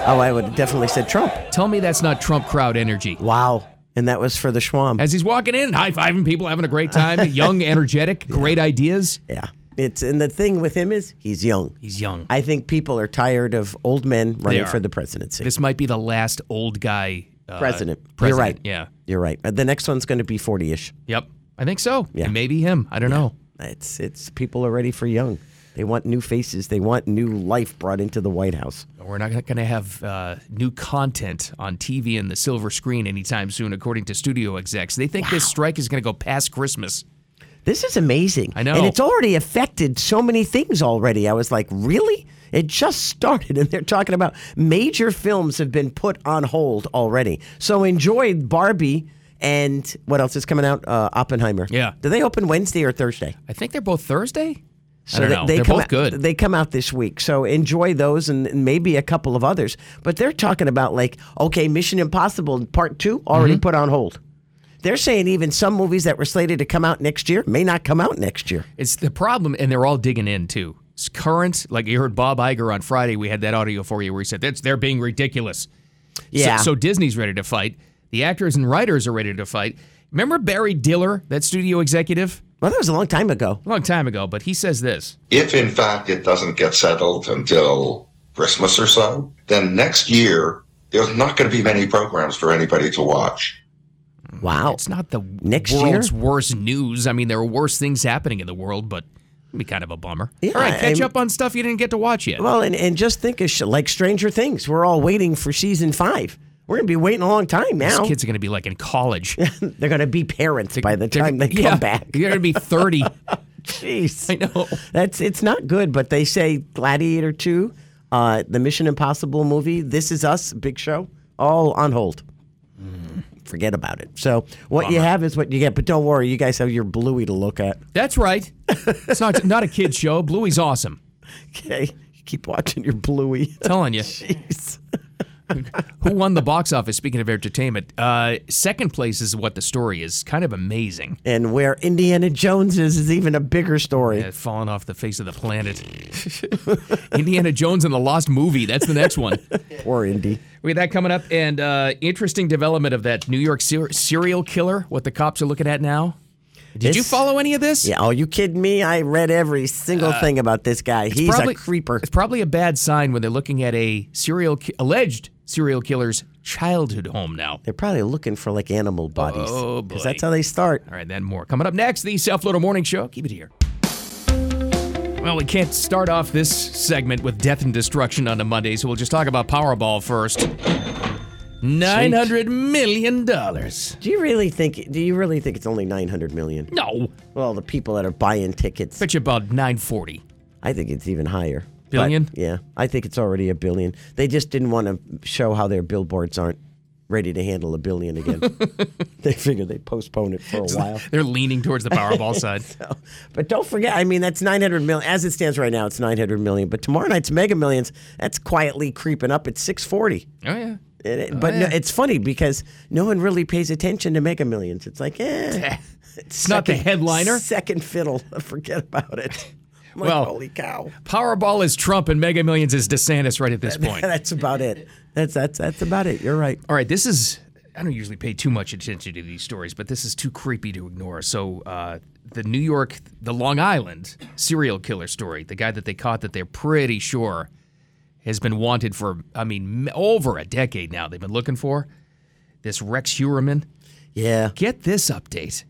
[SPEAKER 3] Oh, I would have definitely said Trump.
[SPEAKER 4] Tell me that's not Trump crowd energy.
[SPEAKER 3] Wow. And that was for the Schwam.
[SPEAKER 4] As he's walking in, high fiving people, having a great time, young, energetic, great ideas.
[SPEAKER 3] Yeah. It's and the thing with him is he's young.
[SPEAKER 4] He's young.
[SPEAKER 3] I think people are tired of old men running
[SPEAKER 4] are.
[SPEAKER 3] for the presidency.
[SPEAKER 4] This might be the last old guy uh,
[SPEAKER 3] president. You're
[SPEAKER 4] president.
[SPEAKER 3] right.
[SPEAKER 4] Yeah.
[SPEAKER 3] You're right. Uh, The next one's going to be 40ish.
[SPEAKER 4] Yep. I think so. Yeah. And maybe him. I don't know.
[SPEAKER 3] It's it's people are ready for young. They want new faces. They want new life brought into the White House.
[SPEAKER 4] We're not going to have uh, new content on TV and the silver screen anytime soon, according to studio execs. They think this strike is going to go past Christmas.
[SPEAKER 3] This is amazing. I know. And it's already affected so many things already. I was like, really? It just started, and they're talking about major films have been put on hold already. So enjoy Barbie and what else is coming out? Uh, Oppenheimer. Yeah. Do they open Wednesday or Thursday?
[SPEAKER 4] I think they're both Thursday.
[SPEAKER 3] So
[SPEAKER 4] I don't
[SPEAKER 3] they,
[SPEAKER 4] know.
[SPEAKER 3] they
[SPEAKER 4] They're
[SPEAKER 3] come
[SPEAKER 4] both
[SPEAKER 3] out,
[SPEAKER 4] good.
[SPEAKER 3] They come out this week, so enjoy those and, and maybe a couple of others. But they're talking about like, okay, Mission Impossible Part Two already
[SPEAKER 4] Mm-hmm.
[SPEAKER 3] put on hold. They're saying even some movies that were slated to come out next year may not come out next year.
[SPEAKER 4] It's the problem, and they're all digging in too. It's current, like you heard Bob Iger on Friday. We had that audio for you where he said that's they're being ridiculous. So-
[SPEAKER 3] Yeah.
[SPEAKER 4] So, Disney's ready to fight. The actors and writers are ready to fight. Remember Barry Diller, that studio executive?
[SPEAKER 3] Well, that was a long time ago.
[SPEAKER 4] A long time ago, but he says this.
[SPEAKER 6] If in fact it doesn't get settled until Christmas or so, then next year there's not going to be many programs for anybody to watch.
[SPEAKER 3] Wow.
[SPEAKER 4] Mm, It's not the
[SPEAKER 3] Oh. Next
[SPEAKER 4] world's
[SPEAKER 3] year?
[SPEAKER 4] worst news. I mean, there are worse things happening in the world, but it'd be kind of a bummer. all right, catch
[SPEAKER 3] I'm-
[SPEAKER 4] up on stuff you didn't get to watch yet.
[SPEAKER 3] Well, and, and just think of sh- like Stranger Things. We're all waiting for season five. We're gonna be waiting a long time now.
[SPEAKER 4] These kids are going to be like in college.
[SPEAKER 3] they're gonna be parents by the time they come
[SPEAKER 4] yeah,
[SPEAKER 3] back.
[SPEAKER 4] You're going to be 30.
[SPEAKER 3] Jeez,
[SPEAKER 4] I know.
[SPEAKER 3] That's it's not good, but they say Gladiator Two, uh, the Mission Impossible movie, This Is Us, Big Show, all on hold.
[SPEAKER 4] Hmm.
[SPEAKER 3] Forget about it. So what you have is what you get, but don't worry, you guys have your Bluey to look at.
[SPEAKER 4] That's right. It's not not a kid show. Bluey's awesome.
[SPEAKER 3] Okay, keep watching your Bluey.
[SPEAKER 4] telling you.
[SPEAKER 3] Jeez.
[SPEAKER 4] Who won the box office? Speaking of entertainment, uh, second place is what the story is. Kind of amazing.
[SPEAKER 3] And where Indiana Jones is is even a bigger story.
[SPEAKER 4] Yeah, falling off the face of the planet. Indiana Jones and the Lost Movie. That's the next one.
[SPEAKER 3] Poor Indy.
[SPEAKER 4] We have that coming up, and uh, interesting development of that New York ser- serial killer. What the cops are looking at now. Did you
[SPEAKER 3] It's-
[SPEAKER 4] follow any of this?
[SPEAKER 3] Yeah, are you kidding me? I read every single
[SPEAKER 4] Uh,
[SPEAKER 3] thing about this guy. He's
[SPEAKER 4] probably-
[SPEAKER 3] a creeper.
[SPEAKER 4] It's probably a bad sign when they're looking at a serial ki- alleged serial killer's childhood home now.
[SPEAKER 3] They're probably looking for like animal bodies.
[SPEAKER 4] Oh,
[SPEAKER 3] 'cause
[SPEAKER 4] boy.
[SPEAKER 3] that's how they start.
[SPEAKER 4] All right, then more coming up next. The South Florida Morning Show. Keep it here. Well, we can't start off this segment with death and destruction on a Monday, so we'll just talk about Powerball first. Nine hundred million dollars.
[SPEAKER 3] Do you really think? Do you really think it's only nine hundred million?
[SPEAKER 4] No,
[SPEAKER 3] Well, the people that are buying tickets.
[SPEAKER 4] bet you about nine forty.
[SPEAKER 3] I think it's even higher. But,
[SPEAKER 4] Billion?
[SPEAKER 3] yeah, I think it's already a billion. They just didn't want to show how their billboards aren't ready to handle a billion again. they figured they postpone it for a while.
[SPEAKER 4] They're leaning towards the Powerball side.
[SPEAKER 3] But don't forget, I mean, that's 900 million. As it stands right now, it's 900 million. But tomorrow night's Mega Millions, that's quietly creeping up at 640.
[SPEAKER 4] Oh yeah.
[SPEAKER 3] It- it- but
[SPEAKER 4] yeah.
[SPEAKER 3] no, it's funny because no one really pays attention to Mega Millions. It's like, eh.
[SPEAKER 4] It's not the headliner.
[SPEAKER 3] Second fiddle. Forget about it. I'm like,
[SPEAKER 4] Well,
[SPEAKER 3] holy cow.
[SPEAKER 4] Powerball is Trump and Mega Millions is DeSantis right at this point.
[SPEAKER 3] that's about it. That's that's that's about it. You're right.
[SPEAKER 4] All right, this is. I don't usually pay too much attention to these stories, but this is too creepy to ignore. So, uh, the New York, the Long Island serial killer story, the guy that they caught that they're pretty sure has been wanted for, I mean, m- over a decade now. They've been looking for this Rex Huerman.
[SPEAKER 3] Yeah.
[SPEAKER 4] Get this update.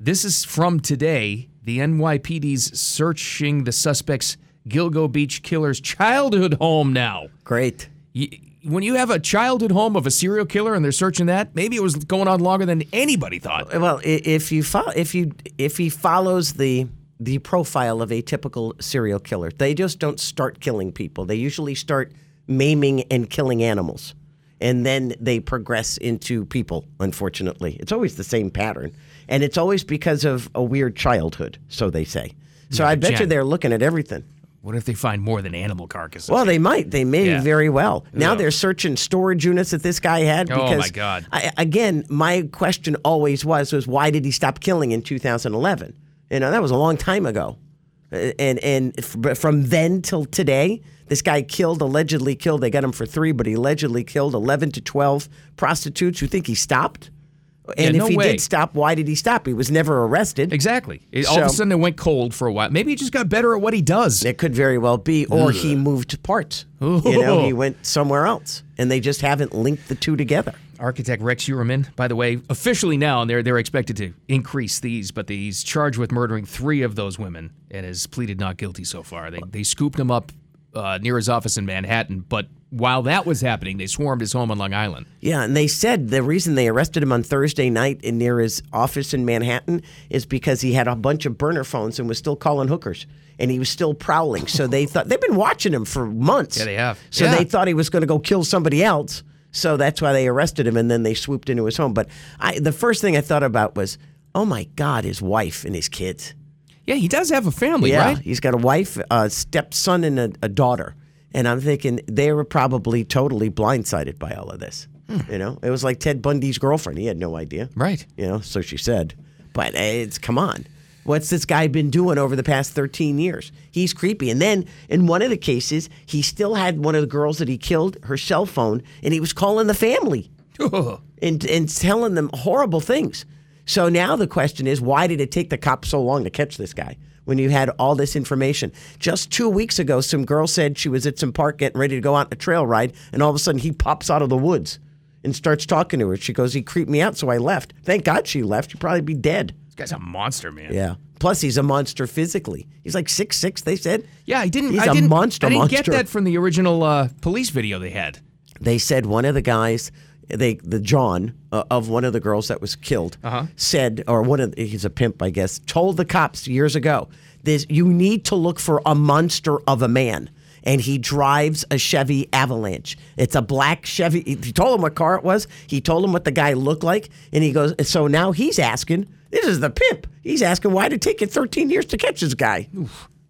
[SPEAKER 4] This is from today. The NYPD's searching the suspect's Gilgo Beach killer's childhood home now.
[SPEAKER 3] Great.
[SPEAKER 4] Y when you have a childhood home of a serial killer and they're searching that, maybe it was going on longer than anybody thought.
[SPEAKER 3] Well, i- if you follow, if you if he follows the the profile of a typical serial killer, they just don't start killing people. They usually start maiming and killing animals, and then they progress into people. Unfortunately, it's always the same pattern, and it's always because of a weird childhood. So they say. So
[SPEAKER 4] Yeah,
[SPEAKER 3] I bet you
[SPEAKER 4] Jen.
[SPEAKER 3] they're looking at everything.
[SPEAKER 4] What if they find more than animal carcasses?
[SPEAKER 3] Well, they might. They may
[SPEAKER 4] Yeah.
[SPEAKER 3] very well. Now
[SPEAKER 4] Yeah.
[SPEAKER 3] they're searching storage units that this guy had.
[SPEAKER 4] Oh,
[SPEAKER 3] Because
[SPEAKER 4] my God.
[SPEAKER 3] I, again, my question always was was why did he stop killing in 2011? You know, that was a long time ago. Uh, And and f- but from then till today, this guy killed allegedly killed. They got him for three, but he allegedly killed 11 to 12 prostitutes. You think he stopped? And
[SPEAKER 4] Yeah,
[SPEAKER 3] if
[SPEAKER 4] no
[SPEAKER 3] he
[SPEAKER 4] way.
[SPEAKER 3] did stop, why did he stop? He was never arrested.
[SPEAKER 4] Exactly. It- all of a
[SPEAKER 3] So-
[SPEAKER 4] sudden, it went cold for a while. Maybe he just got better at what he does.
[SPEAKER 3] It could very well be, or he moved parts. You know, he
[SPEAKER 4] Ooh.
[SPEAKER 3] went somewhere else, and they just haven't linked the two together.
[SPEAKER 4] Architect Rex Uerman, by the way, officially now, and they're they're expected to increase these, but he's charged with murdering three of those women and has pleaded not guilty so far. They they scooped him up uh, near his office in Manhattan, but while that was happening, they swarmed his home on Long Island.
[SPEAKER 3] Yeah, and they said the reason they arrested him on Thursday night in near his office in Manhattan is because he had a bunch of burner phones and was still calling hookers, and he was still prowling. So they thought they've been watching him for months.
[SPEAKER 4] Yeah, they have.
[SPEAKER 3] So
[SPEAKER 4] Yeah.
[SPEAKER 3] they thought he was going to go kill somebody else. So that's why they arrested him, and then they swooped into his home. But I, the first thing I thought about was, oh my God, his wife and his kids.
[SPEAKER 4] Yeah, he does have a family,
[SPEAKER 3] yeah,
[SPEAKER 4] right?
[SPEAKER 3] He's got a wife, a stepson, and a, a daughter. And I'm thinking they were probably totally blindsided by all of this. You know, it was like Ted Bundy's girlfriend. He had no idea.
[SPEAKER 4] Hmm. Right.
[SPEAKER 3] You know, so she said. But it's come on. What's this guy been doing over the past 13 years? He's creepy. And then in one of the cases, he still had one of the girls that he killed her cell phone and he was calling the family and, and telling them horrible things. So now the question is, why did it take the cops so long to catch this guy when you had all this information? Just two weeks ago, some girl said she was at some park getting ready to go on a trail ride, and all of a sudden he pops out of the woods and starts talking to her. She goes, He creeped me out, so I left. Thank God she left. She'd probably be dead.
[SPEAKER 4] This guy's a monster, man.
[SPEAKER 3] Yeah. Plus, he's a monster physically. He's like six six. They said.
[SPEAKER 4] Yeah, I didn't.
[SPEAKER 3] He's
[SPEAKER 4] I
[SPEAKER 3] a
[SPEAKER 4] didn't,
[SPEAKER 3] monster.
[SPEAKER 4] I didn't
[SPEAKER 3] monster.
[SPEAKER 4] get that from the original uh, police video they had.
[SPEAKER 3] They said one of the guys, they the John uh, of one of the girls that was killed, said, or one of the, he's a pimp, I guess, told the cops years ago, "This you need to look for a monster of a man." And he drives a Chevy Avalanche. It's a black Chevy. He told him what car it was. He told him what the guy looked like. And he goes, so now he's asking, this is the pimp. He's asking why did it take you 13 years to catch this guy?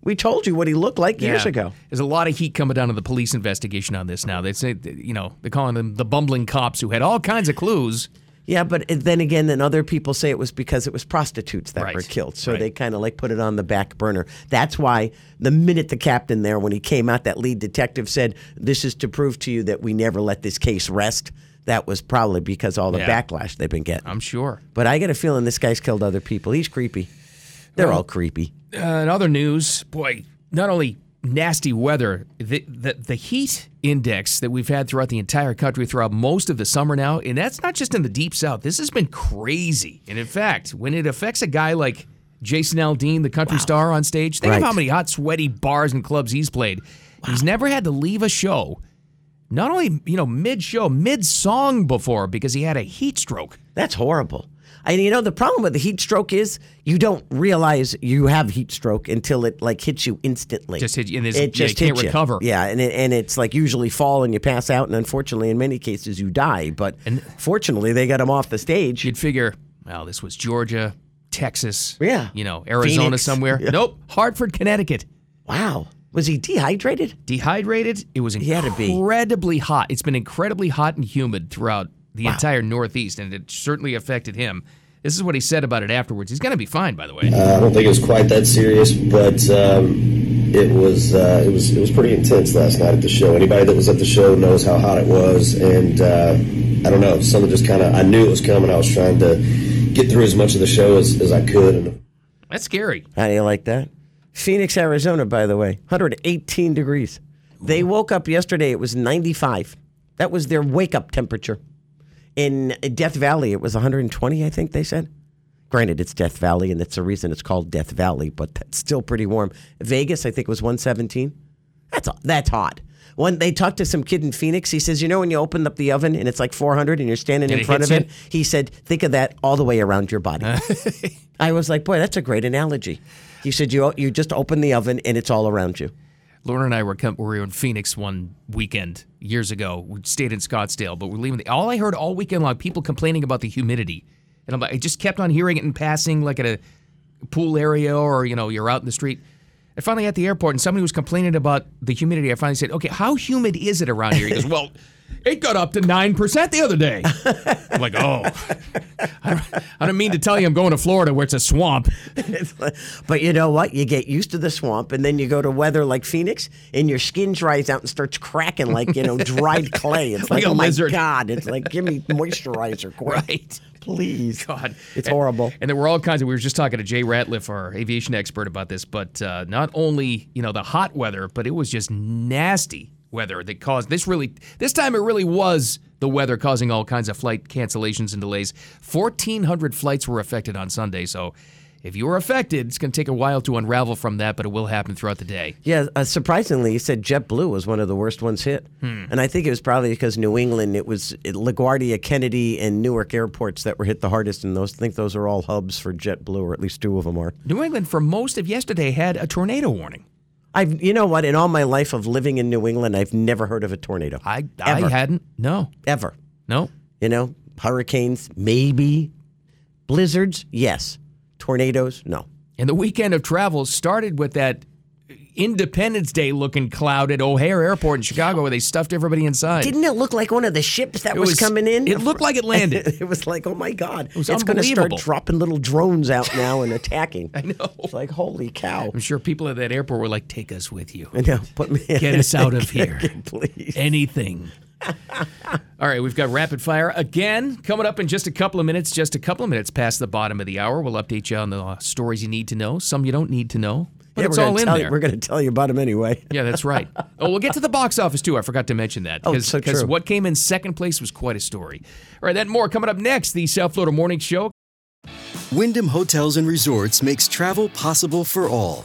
[SPEAKER 3] We told you what he looked like years
[SPEAKER 4] Yeah.
[SPEAKER 3] ago.
[SPEAKER 4] There's a lot of heat coming down to the police investigation on this now. They say, you know, they're calling them the bumbling cops who had all kinds of clues.
[SPEAKER 3] Yeah, but then again, then other people say it was because it was prostitutes that were
[SPEAKER 4] Right.
[SPEAKER 3] killed. So
[SPEAKER 4] Right.
[SPEAKER 3] they kind of like put it on the back burner. That's why the minute the captain there, when he came out, that lead detective said, This is to prove to you that we never let this case rest. That was probably because all the
[SPEAKER 4] Yeah. Um,
[SPEAKER 3] backlash they've been getting.
[SPEAKER 4] I'm sure.
[SPEAKER 3] But I get a feeling this guy's killed other people. He's creepy. They're
[SPEAKER 4] Well-
[SPEAKER 3] all creepy.
[SPEAKER 4] Uh, in other news, boy, not only nasty weather, the, the the heat index that we've had throughout the entire country throughout most of the summer now, and that's not just in the deep south. This has been crazy. And in fact, when it affects a guy like Jason Aldean, the country star on stage, think
[SPEAKER 3] Right.
[SPEAKER 4] of how many hot, sweaty bars and clubs he's played. He's never had to leave a show. Not only, you know, mid show, mid song before because he had a heat stroke.
[SPEAKER 3] That's horrible. And you know the problem with the heat stroke is you don't realize you have heat stroke until it like hits you instantly.
[SPEAKER 4] Just hit you- and it's- yeah, you can't
[SPEAKER 3] hits
[SPEAKER 4] recover.
[SPEAKER 3] Yeah, and it, and it's like usually fall and you pass out, and unfortunately, in many cases, you die. But fortunately, they got him off the stage.
[SPEAKER 4] You'd figure, well, this was Georgia, Texas,
[SPEAKER 3] Yeah.
[SPEAKER 4] you know, Arizona
[SPEAKER 3] Phoenix.
[SPEAKER 4] somewhere.
[SPEAKER 3] Yeah.
[SPEAKER 4] Nope, Hartford, Connecticut.
[SPEAKER 3] Wow, was he dehydrated?
[SPEAKER 4] Dehydrated. It was
[SPEAKER 3] had to be.
[SPEAKER 4] incredibly hot. It's been incredibly hot and humid throughout the entire Northeast, and it certainly affected him. This is what he said about it afterwards. He's going to be fine, by the way.
[SPEAKER 13] Uh, I don't think it was quite that serious, but um, it was uh, it was it was pretty intense last night at the show. Anybody that was at the show knows how hot it was, and uh, I don't know, something just kind of I knew it was coming. I was trying to get through as much of the show as, as I could, and
[SPEAKER 4] That's scary.
[SPEAKER 3] How do you like that? Phoenix, Arizona, by the way, 118 degrees. They woke up yesterday, it was 95. That was their wake up temperature. In Death Valley, it was 120, I think they said. Granted, it's Death Valley, and that's the reason it's called Death Valley, but that's still pretty warm. Vegas, I think, was 117. That's that's hot. When they talked to some kid in Phoenix, he says, "You know, when you open up the oven and it's like 400, and you're standing
[SPEAKER 4] And
[SPEAKER 3] in
[SPEAKER 4] it
[SPEAKER 3] front of
[SPEAKER 4] hits
[SPEAKER 3] it,
[SPEAKER 4] you?
[SPEAKER 3] he said, think of that all the way around your body." I was like, "Boy, that's a great analogy." He said, "You you just open the oven and it's all around you."
[SPEAKER 4] Laura and I were com- we were in Phoenix one weekend years ago. We stayed in Scottsdale, but we're leaving. The- all I heard all weekend long people complaining about the humidity, and I'm like, I just kept on hearing it in passing, like at a pool area or you know you're out in the street. I finally at the airport, and somebody was complaining about the humidity. I finally said, "Okay, how humid is it around here?" He goes, "Well, it got up to nine percent the other day." I'm like, "Oh, I, I don't mean to tell you, I'm going to Florida where it's a swamp."
[SPEAKER 3] It's like- but you know what? You get used to the swamp, and then you go to weather like Phoenix, and your skin dries out and starts cracking like you know dried clay. It's like,
[SPEAKER 4] Like a
[SPEAKER 3] oh my
[SPEAKER 4] lizard.
[SPEAKER 3] god! It's like give me moisturizer, quick.
[SPEAKER 4] Right.
[SPEAKER 3] Please.
[SPEAKER 4] God.
[SPEAKER 3] It's
[SPEAKER 4] And-
[SPEAKER 3] horrible.
[SPEAKER 4] And there were all kinds of. We were just talking to Jay Ratliff, our aviation expert, about this. But uh, not only you know the hot weather, but it was just nasty weather that caused this. Really, this time it really was the weather causing all kinds of flight cancellations and delays. Fourteen hundred flights were affected on Sunday. So, if you were affected, it's going to take a while to unravel from that, but it will happen throughout the day.
[SPEAKER 3] Yeah, uh, surprisingly, he said JetBlue was one of the worst ones hit,
[SPEAKER 4] Hmm.
[SPEAKER 3] and I think it was probably because New England, it was it- LaGuardia, Kennedy, and Newark airports that were hit the hardest, and those I think those are all hubs for JetBlue, or at least two of them are.
[SPEAKER 4] New England, for most of yesterday, had a tornado warning.
[SPEAKER 3] I've you know what? In all my life of living in New England, I've never heard of a tornado.
[SPEAKER 4] I I hadn't. No.
[SPEAKER 3] Ever.
[SPEAKER 4] No.
[SPEAKER 3] You know, hurricanes, maybe. Blizzards, yes. Tornadoes, no.
[SPEAKER 4] And the weekend of travel started with that Independence Day looking cloud at O'Hare Airport in Chicago where they stuffed everybody inside.
[SPEAKER 3] Didn't it look like one of the ships that
[SPEAKER 4] It
[SPEAKER 3] was,
[SPEAKER 4] was-
[SPEAKER 3] coming in?
[SPEAKER 4] it looked like it landed.
[SPEAKER 3] it was like, oh my God.
[SPEAKER 4] was
[SPEAKER 3] it's gonna start
[SPEAKER 4] unbelievable.
[SPEAKER 3] dropping little drones out now and attacking. I
[SPEAKER 4] know.
[SPEAKER 3] It's like, holy cow.
[SPEAKER 4] I'm sure people at that airport were like, take us with you.
[SPEAKER 3] I know. Put me
[SPEAKER 4] Get us out of
[SPEAKER 3] Get-
[SPEAKER 4] here.
[SPEAKER 3] get- Please.
[SPEAKER 4] Anything. All right, we've got rapid fire again coming up in just a couple of minutes, just a couple of minutes past the bottom of the hour. We'll update you on the uh, stories you need to know, some you don't need to know. But
[SPEAKER 3] Yeah,
[SPEAKER 4] it's
[SPEAKER 3] we're
[SPEAKER 4] all
[SPEAKER 3] gonna
[SPEAKER 4] in
[SPEAKER 3] tell you-
[SPEAKER 4] there.
[SPEAKER 3] we're going to tell you about them anyway.
[SPEAKER 4] Yeah, that's right. Oh, we'll get to the box office too. I forgot to mention that.
[SPEAKER 3] Oh, so
[SPEAKER 4] Because
[SPEAKER 3] true.
[SPEAKER 4] what came in second place was quite a story. All right, that and more coming up next. The South Florida Morning Show.
[SPEAKER 14] Wyndham Hotels and Resorts makes travel possible for all.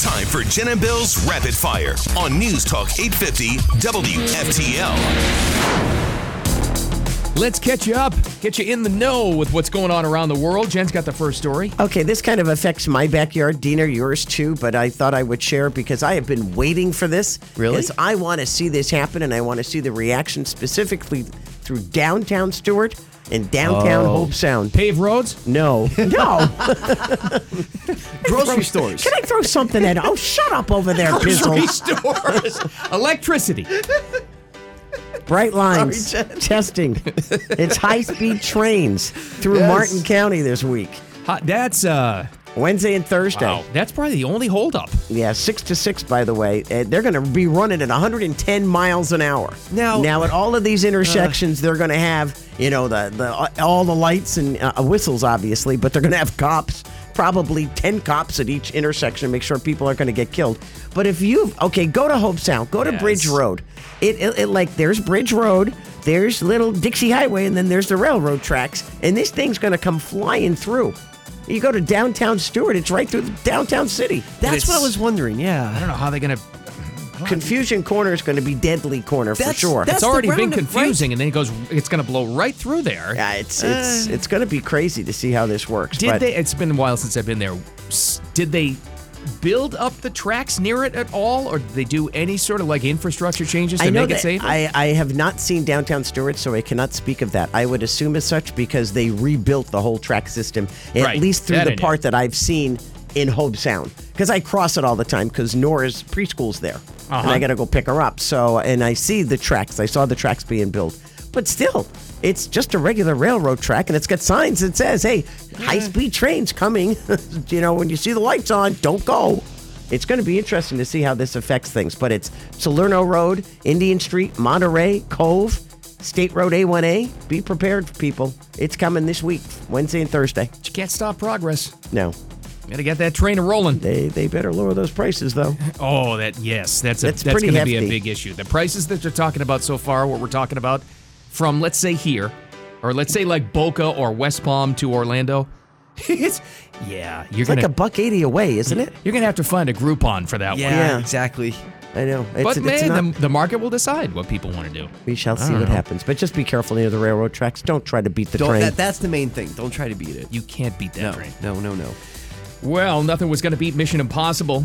[SPEAKER 1] Time for Jen and Bill's Rapid Fire on News Talk 850 WFTL.
[SPEAKER 4] Let's catch you up, get you in the know with what's going on around the world. Jen's got the first story.
[SPEAKER 3] Okay, this kind of affects my backyard, Dina, yours too, but I thought I would share because I have been waiting for this.
[SPEAKER 4] Really?
[SPEAKER 3] Because I want to see this happen and I want to see the reaction specifically through downtown Stewart and downtown
[SPEAKER 8] Oh.
[SPEAKER 3] Hope Sound.
[SPEAKER 4] Paved roads?
[SPEAKER 3] No. No.
[SPEAKER 8] Grocery stores.
[SPEAKER 3] Can I throw something at Oh, shut up over there, Pizzle.
[SPEAKER 4] stores. Electricity.
[SPEAKER 3] Bright lines.
[SPEAKER 4] Sorry, Jen.
[SPEAKER 3] testing. It's high speed trains through
[SPEAKER 4] Yes.
[SPEAKER 3] Martin County this week.
[SPEAKER 4] that's uh
[SPEAKER 3] Wednesday and Thursday.
[SPEAKER 4] Wow, that's probably the only holdup.
[SPEAKER 3] Yeah, six to six. By the way, Uh, they're going to be running at 110 miles an hour.
[SPEAKER 4] Now- Uh.
[SPEAKER 3] now at all of these intersections, they're going to have you know the the all the lights and uh, whistles, obviously, but they're going to have cops, probably 10 cops at each intersection, to make sure people aren't going to get killed. But if you okay, go to Hope Sound, go to
[SPEAKER 4] Yes.
[SPEAKER 3] Bridge Road. It, it, it like there's Bridge Road, there's Little Dixie Highway, and then there's the railroad tracks, and this thing's going to come flying through. You go to downtown Stewart, it's right through the downtown city. That's what I
[SPEAKER 8] it's-
[SPEAKER 3] was wondering.
[SPEAKER 8] Yeah.
[SPEAKER 4] I don't know how they're going to.
[SPEAKER 3] Confusion Corner is going to be deadly corner for
[SPEAKER 8] That's-
[SPEAKER 3] sure.
[SPEAKER 4] It's already been confusing, and then it goes. It's going to blow right through there.
[SPEAKER 3] Yeah, it's it's it's going to be crazy to see how this works.
[SPEAKER 4] Did
[SPEAKER 3] but
[SPEAKER 4] they? It's been a while since I've been there. S- Did they build up the tracks near it at all, or did they do any sort of like infrastructure changes to
[SPEAKER 3] I know
[SPEAKER 4] make it
[SPEAKER 3] that-
[SPEAKER 4] safer?
[SPEAKER 3] I, I have not seen downtown Stewart, so I cannot speak of that. I would assume as such because they rebuilt the whole track system, at
[SPEAKER 4] Right,
[SPEAKER 3] least through
[SPEAKER 4] that I
[SPEAKER 3] the
[SPEAKER 4] knew.
[SPEAKER 3] part that I've seen in Hope Sound. Because I cross it all the time because Nora's preschool's there, and
[SPEAKER 4] Uh-huh.
[SPEAKER 3] I got to go pick her up. So, and I see the tracks. I saw the tracks being built, but still. It's just a regular railroad track, and it's got signs that says, "Hey, high-speed trains coming." you know, when you see the lights on, don't go. It's going to be interesting to see how this affects things, but it's Salerno Road, Indian Street, Monterey, Cove, State Road A1A. Be prepared, people. It's coming this week, Wednesday and Thursday.
[SPEAKER 4] But you can't stop progress.
[SPEAKER 3] No.
[SPEAKER 4] Got to get that train rolling.
[SPEAKER 3] They they better lower those prices though.
[SPEAKER 4] Oh, that yes, that's a,
[SPEAKER 3] That's
[SPEAKER 4] that's,
[SPEAKER 3] pretty
[SPEAKER 4] going to be a
[SPEAKER 3] hefty.
[SPEAKER 4] big issue. The prices that they're talking about so far, what we're talking about, from let's say here, or let's say like Boca or West Palm to Orlando,
[SPEAKER 3] it's
[SPEAKER 4] yeah,
[SPEAKER 3] it's like a buck eighty away, isn't it?
[SPEAKER 4] You're gonna have to find a Groupon for that one.
[SPEAKER 3] exactly. I know.
[SPEAKER 4] but
[SPEAKER 3] it's
[SPEAKER 4] man,
[SPEAKER 3] not-
[SPEAKER 4] the, the market will decide what people want to do.
[SPEAKER 3] We shall
[SPEAKER 4] I
[SPEAKER 3] see
[SPEAKER 4] don't
[SPEAKER 3] what
[SPEAKER 4] know.
[SPEAKER 3] happens. But just be careful near the railroad tracks. Don't try to beat the
[SPEAKER 8] Don't,
[SPEAKER 3] train.
[SPEAKER 8] that, that's the main thing. Don't try to beat it.
[SPEAKER 4] You can't beat that
[SPEAKER 8] no,
[SPEAKER 4] train.
[SPEAKER 8] No, no, no.
[SPEAKER 4] Well, nothing was going to beat Mission Impossible.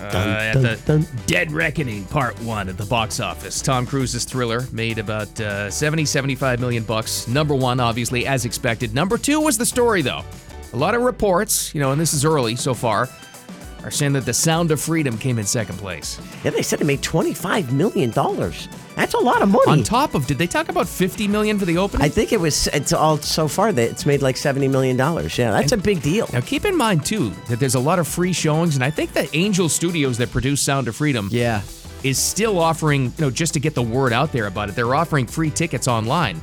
[SPEAKER 4] Uh,
[SPEAKER 8] Dun,
[SPEAKER 4] at
[SPEAKER 8] dun,
[SPEAKER 4] the Dead Reckoning Part 1 at the box office. Tom Cruise's thriller made about uh, 70, 75 million bucks. Number one, obviously, as expected. Number two was the story, though. A lot of reports, you know, and this is early so far, are saying that The Sound of Freedom came in second place.
[SPEAKER 3] Yeah, they said it made $25 million. That's a lot of money.
[SPEAKER 4] On top of, did they talk about 50 million for the opening?
[SPEAKER 3] I think it was. It's all so far that it's made like $70 million. Yeah, that's a big deal.
[SPEAKER 4] Now, keep in mind too that there's a lot of free showings, and I think that Angel Studios that produced Sound of Freedom,
[SPEAKER 8] yeah,
[SPEAKER 4] is still offering you know just to get the word out there about it. They're offering free tickets online,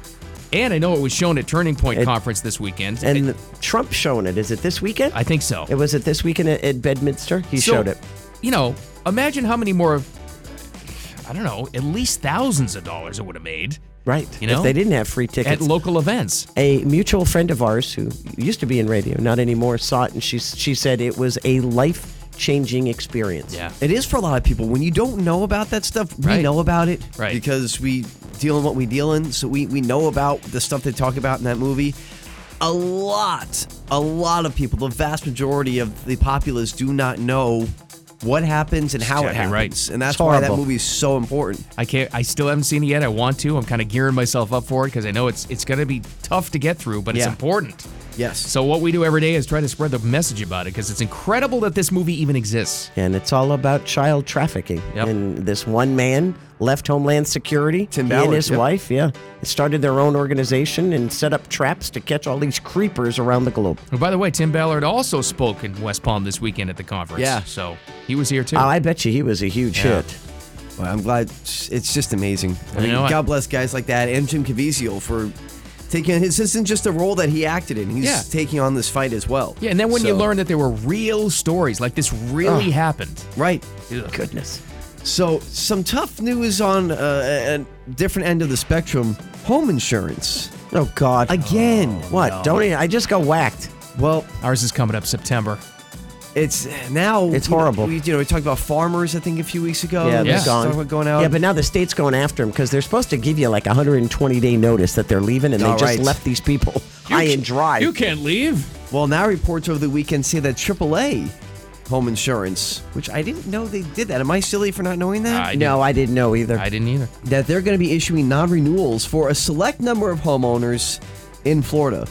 [SPEAKER 4] and I know it was shown at Turning Point Conference this weekend.
[SPEAKER 3] And Trump showing it. Is it this weekend? I
[SPEAKER 4] think so.
[SPEAKER 3] It was it this weekend at, at Bedminster. He
[SPEAKER 4] So,
[SPEAKER 3] showed it.
[SPEAKER 4] You know, imagine how many more. I don't know, at least thousands of dollars it would have made.
[SPEAKER 3] Right.
[SPEAKER 4] You know,
[SPEAKER 3] if they didn't have free
[SPEAKER 4] at
[SPEAKER 3] tickets
[SPEAKER 4] local events.
[SPEAKER 3] A mutual friend of ours who used to be in radio, not anymore, saw it and she she said it was a life changing experience.
[SPEAKER 4] Yeah.
[SPEAKER 8] It is for a lot of people. When you don't know about that stuff, we
[SPEAKER 3] Right.
[SPEAKER 8] know about it.
[SPEAKER 3] Right.
[SPEAKER 8] Because we deal in what we deal in. So we, we know about the stuff they talk about in that movie. A lot, a lot of people, the vast majority of the populace do not know what happens and how it
[SPEAKER 4] Exactly
[SPEAKER 8] happens.
[SPEAKER 4] right.
[SPEAKER 8] And that's
[SPEAKER 4] It's
[SPEAKER 8] why that
[SPEAKER 4] horrible.
[SPEAKER 8] movie is so important.
[SPEAKER 4] I can't. I still haven't seen it yet. I want to. I'm kind of gearing myself up for it because I know it's it's going to be tough to get through, but it's
[SPEAKER 8] Yeah.
[SPEAKER 4] important.
[SPEAKER 8] Yes.
[SPEAKER 4] So what we do every day is try to spread the message about it because it's incredible that this movie even exists.
[SPEAKER 3] And it's all about child trafficking. And this one man left Homeland Security. Tim he and
[SPEAKER 8] Ballard,
[SPEAKER 3] his
[SPEAKER 8] yep.
[SPEAKER 3] wife, yeah, started their own organization and set up traps to catch all these creepers around the globe.
[SPEAKER 4] And by the way, Tim Ballard also spoke in West Palm this weekend at the conference.
[SPEAKER 3] Yeah.
[SPEAKER 4] So he was here too.
[SPEAKER 3] Oh, I bet you he was a huge
[SPEAKER 4] Yeah.
[SPEAKER 3] hit.
[SPEAKER 8] Well, I'm glad. It's just amazing. I
[SPEAKER 4] I
[SPEAKER 8] mean,
[SPEAKER 4] know it.
[SPEAKER 8] God bless guys like that and Jim Caviezel for taking his. This isn't just a role that he acted in. He's
[SPEAKER 4] Yeah.
[SPEAKER 8] taking on this fight as well.
[SPEAKER 4] yeah, and then when you
[SPEAKER 8] So-
[SPEAKER 4] learn that there were real stories, like this really
[SPEAKER 8] Ugh.
[SPEAKER 4] happened.
[SPEAKER 8] Right.
[SPEAKER 3] Goodness.
[SPEAKER 8] So, some tough news on uh, a a different end of the spectrum home insurance.
[SPEAKER 3] Oh, God.
[SPEAKER 8] Again.
[SPEAKER 4] Oh,
[SPEAKER 8] Oh, e,
[SPEAKER 3] What? Don't even- I just got whacked.
[SPEAKER 8] Well,
[SPEAKER 4] ours is coming up September.
[SPEAKER 8] It's now. It's
[SPEAKER 3] horrible.
[SPEAKER 8] we, you know, we talked about farmers, I think, a few weeks ago.
[SPEAKER 3] Yeah,
[SPEAKER 8] We
[SPEAKER 3] they're
[SPEAKER 8] talked
[SPEAKER 3] gone.
[SPEAKER 8] about going out.
[SPEAKER 3] Yeah, but now the state's going after them because they're supposed to give you like a 120 day notice that they're leaving, and they
[SPEAKER 8] All
[SPEAKER 3] just
[SPEAKER 8] right.
[SPEAKER 3] left these people high and dry.
[SPEAKER 4] can't leave.
[SPEAKER 8] Well, now reports over the weekend say that AAA home insurance, which I didn't know they did that. Am I silly for not knowing that?
[SPEAKER 3] no, I didn't know either.
[SPEAKER 4] I didn't either.
[SPEAKER 8] That they're going to be issuing non renewals for a select number of homeowners in Florida.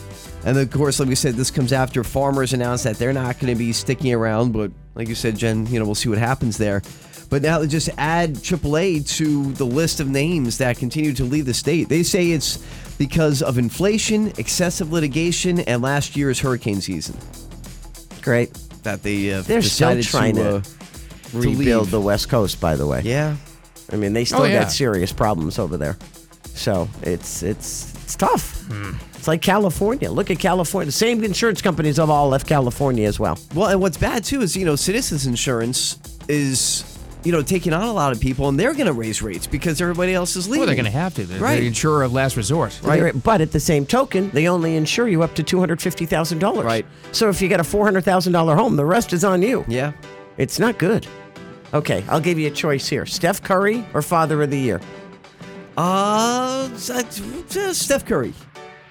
[SPEAKER 8] And of course, like we said, this comes after farmers announced that they're not going to be sticking around. But like you said, Jen, you know, we'll see what happens there. But now they just add AAA to the list of names that continue to leave the state. They say it's because of inflation, excessive litigation, and last year's hurricane season.
[SPEAKER 3] Great.
[SPEAKER 8] That they uh,
[SPEAKER 3] They're still
[SPEAKER 8] decided
[SPEAKER 3] trying to,
[SPEAKER 8] to, uh,
[SPEAKER 3] rebuild
[SPEAKER 8] leave.
[SPEAKER 3] the West Coast, by the way.
[SPEAKER 8] Yeah.
[SPEAKER 3] I mean, they still
[SPEAKER 8] yeah.
[SPEAKER 3] got serious problems over there. So it's it's it's tough. It's like California. Look at California. The same insurance companies have all left California as well.
[SPEAKER 8] Well, and what's bad too is you know Citizens Insurance is you know taking on a lot of people, and they're going to raise rates because everybody else is leaving.
[SPEAKER 4] Well, they're going to have to. They're,
[SPEAKER 8] right?
[SPEAKER 4] they're the insurer of last resort.
[SPEAKER 3] They're- But at the same token, they only insure you up to two hundred fifty thousand dollars. Right. So if you got a four hundred thousand dollar home, the rest is on you.
[SPEAKER 8] Yeah.
[SPEAKER 3] It's not good. Okay, I'll give you a choice here: Steph Curry or Father of the Year.
[SPEAKER 8] Uh, Steph Curry.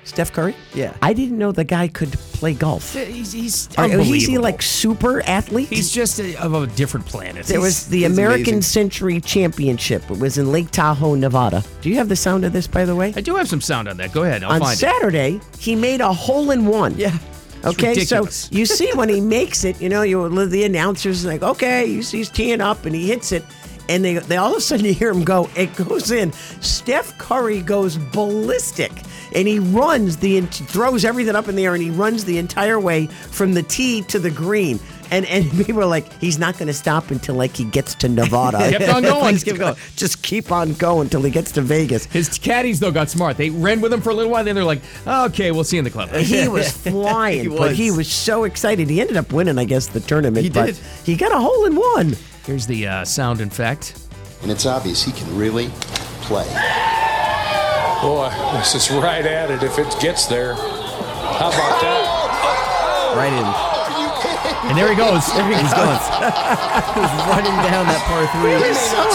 [SPEAKER 3] Steph Curry.
[SPEAKER 8] Yeah.
[SPEAKER 3] I didn't know the guy could play golf.
[SPEAKER 4] He's, he's
[SPEAKER 3] Are- Is he
[SPEAKER 4] unbelievable.
[SPEAKER 3] Oh, like super athlete?
[SPEAKER 4] He's just a, of a different planet.
[SPEAKER 3] There was the American Century Championship. It was in Lake Tahoe, Nevada. Do you have the sound of this, by the way?
[SPEAKER 4] I do have some sound on that. Go ahead. I'll
[SPEAKER 3] on
[SPEAKER 4] find it.
[SPEAKER 3] Saturday, he made a hole in one. Yeah. Okay, so
[SPEAKER 4] ridiculous.
[SPEAKER 3] you see when he makes it, you know, you the announcers like, okay, you see he's teeing up and he hits it, and they, they all of a sudden you hear him go, it goes in. Steph Curry goes ballistic, and he runs the en- throws everything up in the air, and he runs the entire way from the tee to the green. And and people are like, he's not going to stop until like he gets to Nevada.
[SPEAKER 4] Kept on going.
[SPEAKER 3] Just keep going. Just keep on going until he gets to Vegas.
[SPEAKER 4] His caddies though got smart. They ran with him for a little while. Then they're like, "Okay, we'll see you in the club."
[SPEAKER 3] Uh, He was flying,
[SPEAKER 4] He
[SPEAKER 3] but
[SPEAKER 4] was.
[SPEAKER 3] he was so excited. He ended up winning, I guess, the tournament.
[SPEAKER 4] He
[SPEAKER 3] but
[SPEAKER 4] did.
[SPEAKER 3] He got a hole in one.
[SPEAKER 4] Here's the uh, sound in fact.
[SPEAKER 15] And it's obvious he can really play.
[SPEAKER 16] Boy, this is right at it if it gets there. How about that?
[SPEAKER 8] Right in.
[SPEAKER 4] And there he goes.
[SPEAKER 8] There he
[SPEAKER 4] He's
[SPEAKER 8] goes.
[SPEAKER 4] gone.
[SPEAKER 8] He's running down that par three.
[SPEAKER 3] He's so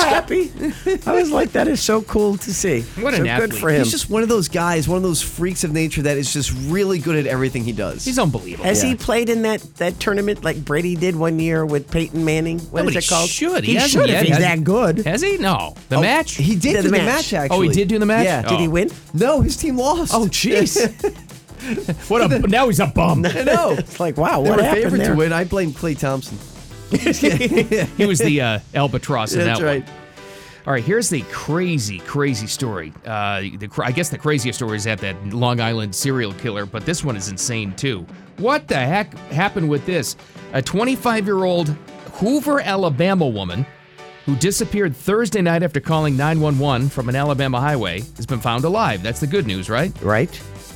[SPEAKER 3] happy. I was like, that is so cool to see. so good for him.
[SPEAKER 8] He's just one of those guys, one of those freaks of nature that is just really good at everything he does. He's
[SPEAKER 4] unbelievable.
[SPEAKER 3] Has he played in that, that tournament like Brady did one year with Peyton Manning? What is
[SPEAKER 4] Nobody
[SPEAKER 3] it called?
[SPEAKER 4] Should
[SPEAKER 3] He,
[SPEAKER 4] hasn't
[SPEAKER 3] should
[SPEAKER 4] yet,
[SPEAKER 3] if he's
[SPEAKER 4] has he?
[SPEAKER 3] that good.
[SPEAKER 4] Has he? No. The
[SPEAKER 3] Oh,
[SPEAKER 4] match.
[SPEAKER 3] he did
[SPEAKER 4] do
[SPEAKER 3] do the match,
[SPEAKER 4] Oh, he
[SPEAKER 3] actually.
[SPEAKER 4] did do the match.
[SPEAKER 3] Yeah. Did he
[SPEAKER 4] Oh.
[SPEAKER 3] win?
[SPEAKER 8] No, his team lost.
[SPEAKER 4] Oh, jeez. what a now he's a bum.
[SPEAKER 8] I know.
[SPEAKER 3] It's like, wow,
[SPEAKER 8] they
[SPEAKER 3] what
[SPEAKER 8] were
[SPEAKER 3] happened
[SPEAKER 8] favorite
[SPEAKER 3] there?
[SPEAKER 8] to win. I blame Clay Thompson.
[SPEAKER 4] he was the uh, albatross in
[SPEAKER 8] That's
[SPEAKER 4] that
[SPEAKER 8] right.
[SPEAKER 4] one. All right, here's the crazy, crazy story. Uh, the, cr- I guess the craziest story is that that Long Island serial killer, but this one is insane too. What the heck happened with this? A 25-year-old Hoover, Alabama woman who disappeared Thursday night after calling 911 from an Alabama highway has been found alive. That's the good news, right?
[SPEAKER 3] Right.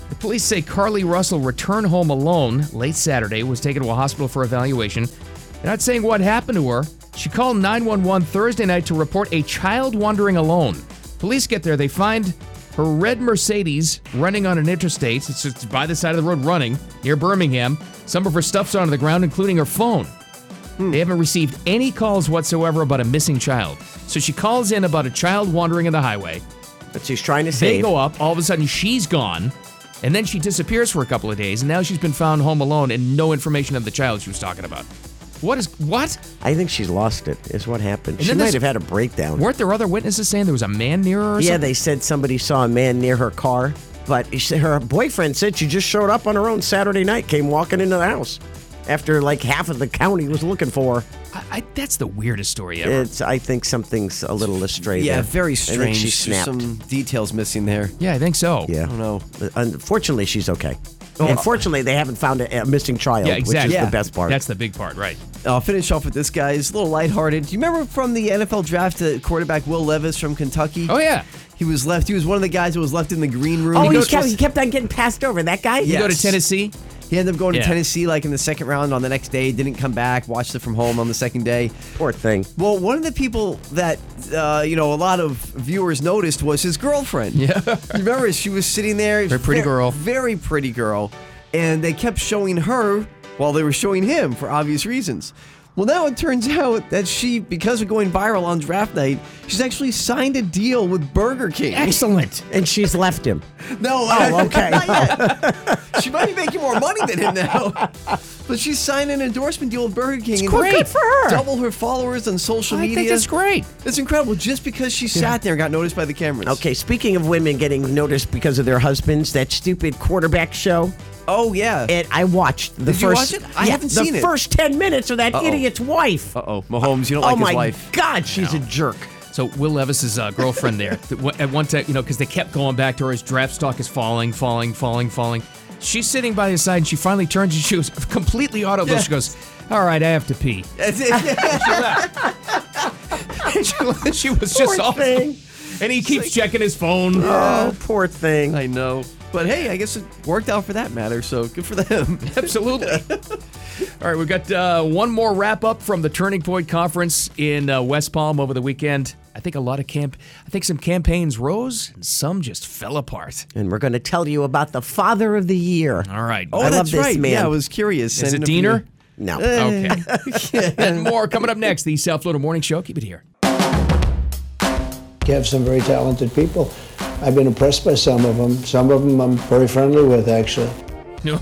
[SPEAKER 4] The police say Carly Russell returned home alone late Saturday, was taken to a hospital for evaluation. They're not saying what happened to her. She called 911 Thursday night to report a child wandering alone. Police get there, they find her red Mercedes running on an interstate. It's just by the side of the road running near Birmingham. Some of her stuff's onto the ground, including her phone. They haven't received any calls whatsoever about a missing child. So she calls in about a child wandering in the highway.
[SPEAKER 3] But she's trying to
[SPEAKER 4] They
[SPEAKER 3] save.
[SPEAKER 4] go up. All of a sudden, she's gone. And then she disappears for a couple of days. And now she's been found home alone and no information of the child she was talking about. What is. What?
[SPEAKER 3] I think she's lost it, is what happened.
[SPEAKER 4] And
[SPEAKER 3] she
[SPEAKER 4] then
[SPEAKER 3] might
[SPEAKER 4] this-
[SPEAKER 3] have had a breakdown.
[SPEAKER 4] Weren't there other witnesses saying there was a man near her or
[SPEAKER 3] Yeah,
[SPEAKER 4] something?
[SPEAKER 3] they said somebody saw a man near her car, but she- her boyfriend said she just showed up on her own Saturday night, came walking into the house after like half of the county was looking for her.
[SPEAKER 4] I, I, that's the weirdest story ever.
[SPEAKER 3] It's, I think something's a little astray
[SPEAKER 8] Yeah,
[SPEAKER 3] there.
[SPEAKER 8] very
[SPEAKER 3] I think
[SPEAKER 8] strange.
[SPEAKER 3] she
[SPEAKER 8] There's
[SPEAKER 3] snapped.
[SPEAKER 8] some details missing there.
[SPEAKER 4] yeah, I think so.
[SPEAKER 3] Yeah. I
[SPEAKER 8] don't know.
[SPEAKER 3] Unfortunately, she's okay.
[SPEAKER 8] Oh.
[SPEAKER 3] Unfortunately, they haven't found a, a missing child,
[SPEAKER 4] Yeah, exactly.
[SPEAKER 3] which is
[SPEAKER 8] Yeah.
[SPEAKER 3] the best part.
[SPEAKER 4] That's the big part, right?
[SPEAKER 8] I'll finish off with this guy. He's a little lighthearted. Do you remember from the NFL draft uh, quarterback Will Levis from Kentucky?
[SPEAKER 4] Oh yeah.
[SPEAKER 8] He was left. He was one of the guys that was left in the green room.
[SPEAKER 3] oh, he,
[SPEAKER 8] goes-
[SPEAKER 3] kept, he kept on getting passed over. That guy?
[SPEAKER 8] You go to Yes.
[SPEAKER 4] Tennessee?
[SPEAKER 8] He ended up going
[SPEAKER 3] Yeah.
[SPEAKER 8] to Tennessee like in the second round on the next day, didn't come back, watched it from home on the second day.
[SPEAKER 3] Poor thing.
[SPEAKER 8] Well, one of the people that, uh, you know, a lot of viewers noticed was his girlfriend.
[SPEAKER 4] Yeah.
[SPEAKER 8] Remember, she was sitting there. Very
[SPEAKER 4] pretty girl.
[SPEAKER 8] Very pretty girl. And they kept showing her while they were showing him for obvious reasons. Well, now it turns out that she, because of going viral on draft night, she's actually signed a deal with Burger King.
[SPEAKER 3] Excellent. And she's left him.
[SPEAKER 8] No.
[SPEAKER 3] Oh, okay.
[SPEAKER 8] not yet. she might be making more money than him now. But she signed an endorsement deal with Burger King. and
[SPEAKER 3] great. Good for her.
[SPEAKER 8] Double her followers on social
[SPEAKER 3] I think
[SPEAKER 8] media.
[SPEAKER 3] that's great.
[SPEAKER 8] It's incredible just because she sat there and got noticed by the cameras.
[SPEAKER 3] Okay, speaking of women getting noticed because of their husbands, that stupid quarterback show.
[SPEAKER 8] Oh yeah,
[SPEAKER 3] and I watched the
[SPEAKER 8] Did you
[SPEAKER 3] first.
[SPEAKER 8] watch it? I
[SPEAKER 3] Yeah,
[SPEAKER 8] haven't
[SPEAKER 3] the
[SPEAKER 8] seen it.
[SPEAKER 3] first ten minutes of that
[SPEAKER 8] Uh-oh.
[SPEAKER 3] idiot's wife.
[SPEAKER 8] Uh oh, Mahomes, you don't
[SPEAKER 3] oh
[SPEAKER 8] like
[SPEAKER 3] my
[SPEAKER 8] his wife.
[SPEAKER 3] God, she's a jerk.
[SPEAKER 4] So Will Levis's uh, girlfriend there that w- at one time, you know, because they kept going back to her. His draft stock is falling, falling, falling, falling. She's sitting by his side, and she finally turns and she goes completely audible.
[SPEAKER 8] Yeah.
[SPEAKER 4] She goes, "All right, I have to pee."
[SPEAKER 8] That's it.
[SPEAKER 4] she, she was just
[SPEAKER 8] Poor
[SPEAKER 4] awful.
[SPEAKER 8] thing.
[SPEAKER 4] And he keeps checking his phone.
[SPEAKER 3] Oh, poor thing.
[SPEAKER 8] I know. But hey, I guess it worked out for that matter, so good for them.
[SPEAKER 4] Absolutely. All right, we've got uh, one more wrap up from the Turning Point Conference in uh, West Palm over the weekend. I think a lot of camp. I think some campaigns rose, and some just fell apart.
[SPEAKER 3] And we're going to tell you about the father of the year.
[SPEAKER 4] All right.
[SPEAKER 8] Oh,
[SPEAKER 3] I
[SPEAKER 8] that's
[SPEAKER 3] love this
[SPEAKER 8] right.
[SPEAKER 3] man.
[SPEAKER 8] Yeah, I was Uh, curious.
[SPEAKER 4] Is it
[SPEAKER 8] Send a few-
[SPEAKER 4] Diener?
[SPEAKER 3] No.
[SPEAKER 4] Okay. and more coming up next. The South Florida Morning Show. Keep it here.
[SPEAKER 16] You have some very talented people. I've been impressed by some of them. Some of them I'm very friendly with, actually.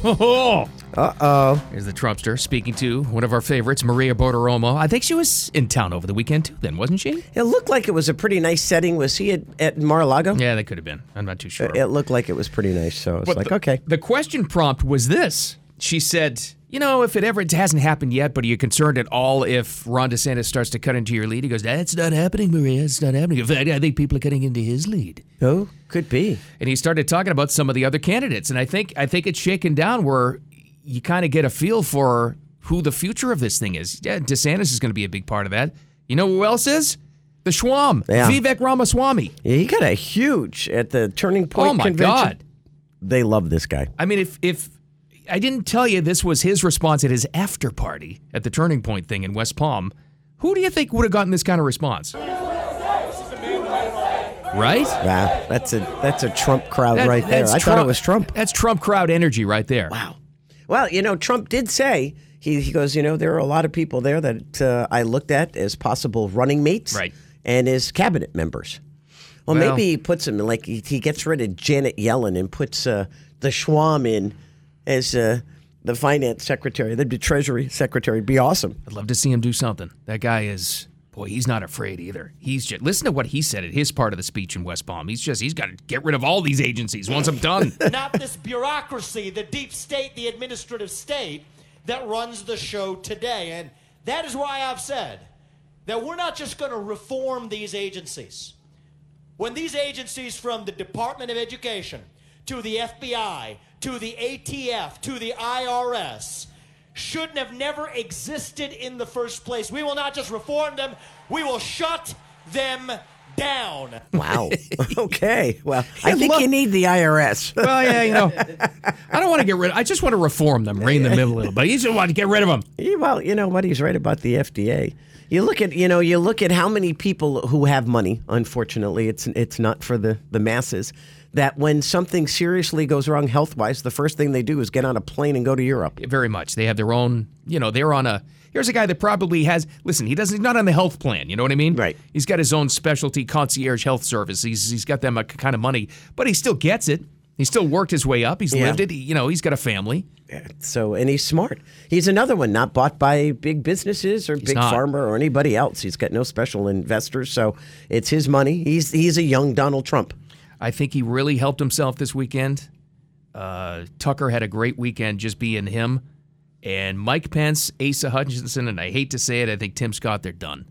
[SPEAKER 4] Oh,
[SPEAKER 3] uh oh.
[SPEAKER 4] Here's the Trumpster speaking to one of our favorites, Maria Bartiromo. I think she was in town over the weekend too. Then wasn't she?
[SPEAKER 3] It looked like it was a pretty nice setting. Was he at, at Mar-a-Lago?
[SPEAKER 4] Yeah, that could have been. I'm not too sure.
[SPEAKER 3] It, it looked like it was pretty nice. So it's
[SPEAKER 4] But
[SPEAKER 3] like,
[SPEAKER 4] the,
[SPEAKER 3] okay.
[SPEAKER 4] Uh, The question prompt was this. She said, you know, if it ever it hasn't happened yet, but are you concerned at all if Ron DeSantis starts to cut into your lead? He goes, that's not happening, Maria. It's not happening. In fact, I think people are cutting into his lead.
[SPEAKER 3] Oh, could be.
[SPEAKER 4] And he started talking about some of the other candidates. And I think I think it's shaken down where you kind of get a feel for who the future of this thing is. Yeah, DeSantis is going to be a big part of that. You know who else is? The Schwam,
[SPEAKER 3] Yeah.
[SPEAKER 4] Vivek Ramaswamy.
[SPEAKER 3] Yeah, he got a huge at the Turning Point
[SPEAKER 4] Oh, my
[SPEAKER 3] convention.
[SPEAKER 4] God.
[SPEAKER 3] They love this guy.
[SPEAKER 4] I mean, if if I didn't tell you this was his response at his after party at the Turning Point thing in West Palm, who do you think would have gotten this kind of response? Right?
[SPEAKER 3] Yeah, Ah, that's a that's a Trump crowd
[SPEAKER 4] That-
[SPEAKER 3] right there. I
[SPEAKER 4] that's
[SPEAKER 3] thought it was Trump.
[SPEAKER 4] That's Trump crowd energy right there.
[SPEAKER 3] Wow. Well, you know, Trump did say he, he goes, you know, there are a lot of people there that uh, I looked at as possible running mates,
[SPEAKER 4] Right.
[SPEAKER 3] and as cabinet members. Well,
[SPEAKER 4] Well-
[SPEAKER 3] maybe he puts him in, like he, he gets rid of Janet Yellen and puts uh, the Schwam in as uh, the finance secretary, the Treasury secretary. It'd be awesome.
[SPEAKER 4] I'd love to see him do something. That guy is boy, he's not afraid either. He's just listen to what he said at his part of the speech in West Palm. He's just he's got to get rid of all these agencies once I'm done.
[SPEAKER 17] not this bureaucracy, the deep state, the administrative state that runs the show today. And that is why I've said that we're not just going to reform these agencies. When these agencies, from the Department of Education to the FBI to the ATF to the IRS, shouldn't have never existed in the first place, we will not just reform them, we will shut them down.
[SPEAKER 3] Wow. okay. Well, I
[SPEAKER 4] I'd
[SPEAKER 3] think
[SPEAKER 4] love-
[SPEAKER 3] you need the IRS.
[SPEAKER 4] well, yeah, you know, I don't want to get rid. I just want to reform them, rein them in a little bit. You just want to get rid of them.
[SPEAKER 3] Yeah, well, you know what? He's right about the FDA. You look at you know you look at how many people who have money. Unfortunately, it's it's not for the the masses. That when something seriously goes wrong health wise, the first thing they do is get on a plane and go to Europe.
[SPEAKER 4] Very much. They have their own. You know, they're on a. Here's a guy that probably has. Listen, he doesn't. He's not on the health plan. You know what I mean? Right. He's got his own specialty concierge health service. He's he's got that much kind of money, but he still gets it. He still worked his way up. He's
[SPEAKER 3] Yeah.
[SPEAKER 4] lived it. He- you know, he's got a family.
[SPEAKER 3] Uh, So and he's smart. He's another one not bought by big businesses or big
[SPEAKER 4] not.
[SPEAKER 3] farmer or anybody else. He's got no special investors, so it's his money. He's he's a young Donald Trump.
[SPEAKER 4] I think he really helped himself this weekend. Uh, Tucker had a great weekend just being him. And Mike Pence, Asa Hutchinson, and I hate to say it, I think Tim Scott, they're done.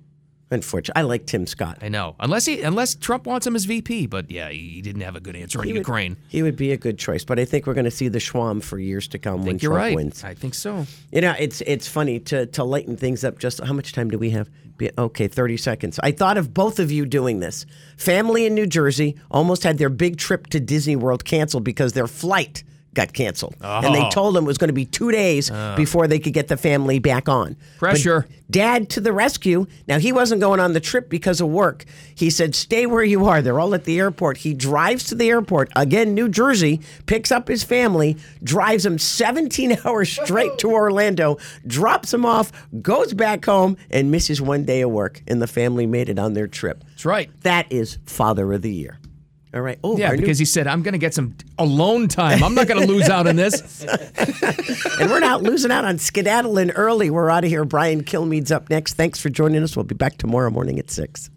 [SPEAKER 3] Unfortunately, I like Tim Scott.
[SPEAKER 4] I know. Unless he, unless Trump wants him as VP, but yeah, he didn't have a good answer on
[SPEAKER 3] He would-
[SPEAKER 4] Ukraine.
[SPEAKER 3] He would be a good choice, but I think we're going to see the Schwam for years to come when
[SPEAKER 4] think you're
[SPEAKER 3] Trump
[SPEAKER 4] right.
[SPEAKER 3] wins.
[SPEAKER 4] I think so.
[SPEAKER 3] You know, it's it's funny to to lighten things up. Just how much time do we have? Be- Okay, thirty seconds. I thought of both of you doing this. Family in New Jersey almost had their big trip to Disney World canceled because their flight got canceled, and they
[SPEAKER 4] Oh.
[SPEAKER 3] told them it was going to be two days
[SPEAKER 4] Oh.
[SPEAKER 3] before they could get the family back on. But
[SPEAKER 4] Pressure.
[SPEAKER 3] Dad to the rescue. Now he wasn't going on the trip because of work. He said, "Stay where you are." They're all at the airport. He drives to the airport again, New Jersey. Picks up his family, drives them 17 hours straight to Orlando, drops them off, goes back home, and misses one day of work. And the family made it on their trip. That's
[SPEAKER 4] right.
[SPEAKER 3] That is Father of the Year. All right. Oh,
[SPEAKER 4] yeah,
[SPEAKER 3] our new-
[SPEAKER 4] because he said, I'm going to get some alone time. I'm not going to lose out on this.
[SPEAKER 3] and we're not losing out on skedaddling early. We're out of here. Brian Kilmeade's up next. Thanks for joining us. We'll be back tomorrow morning at six.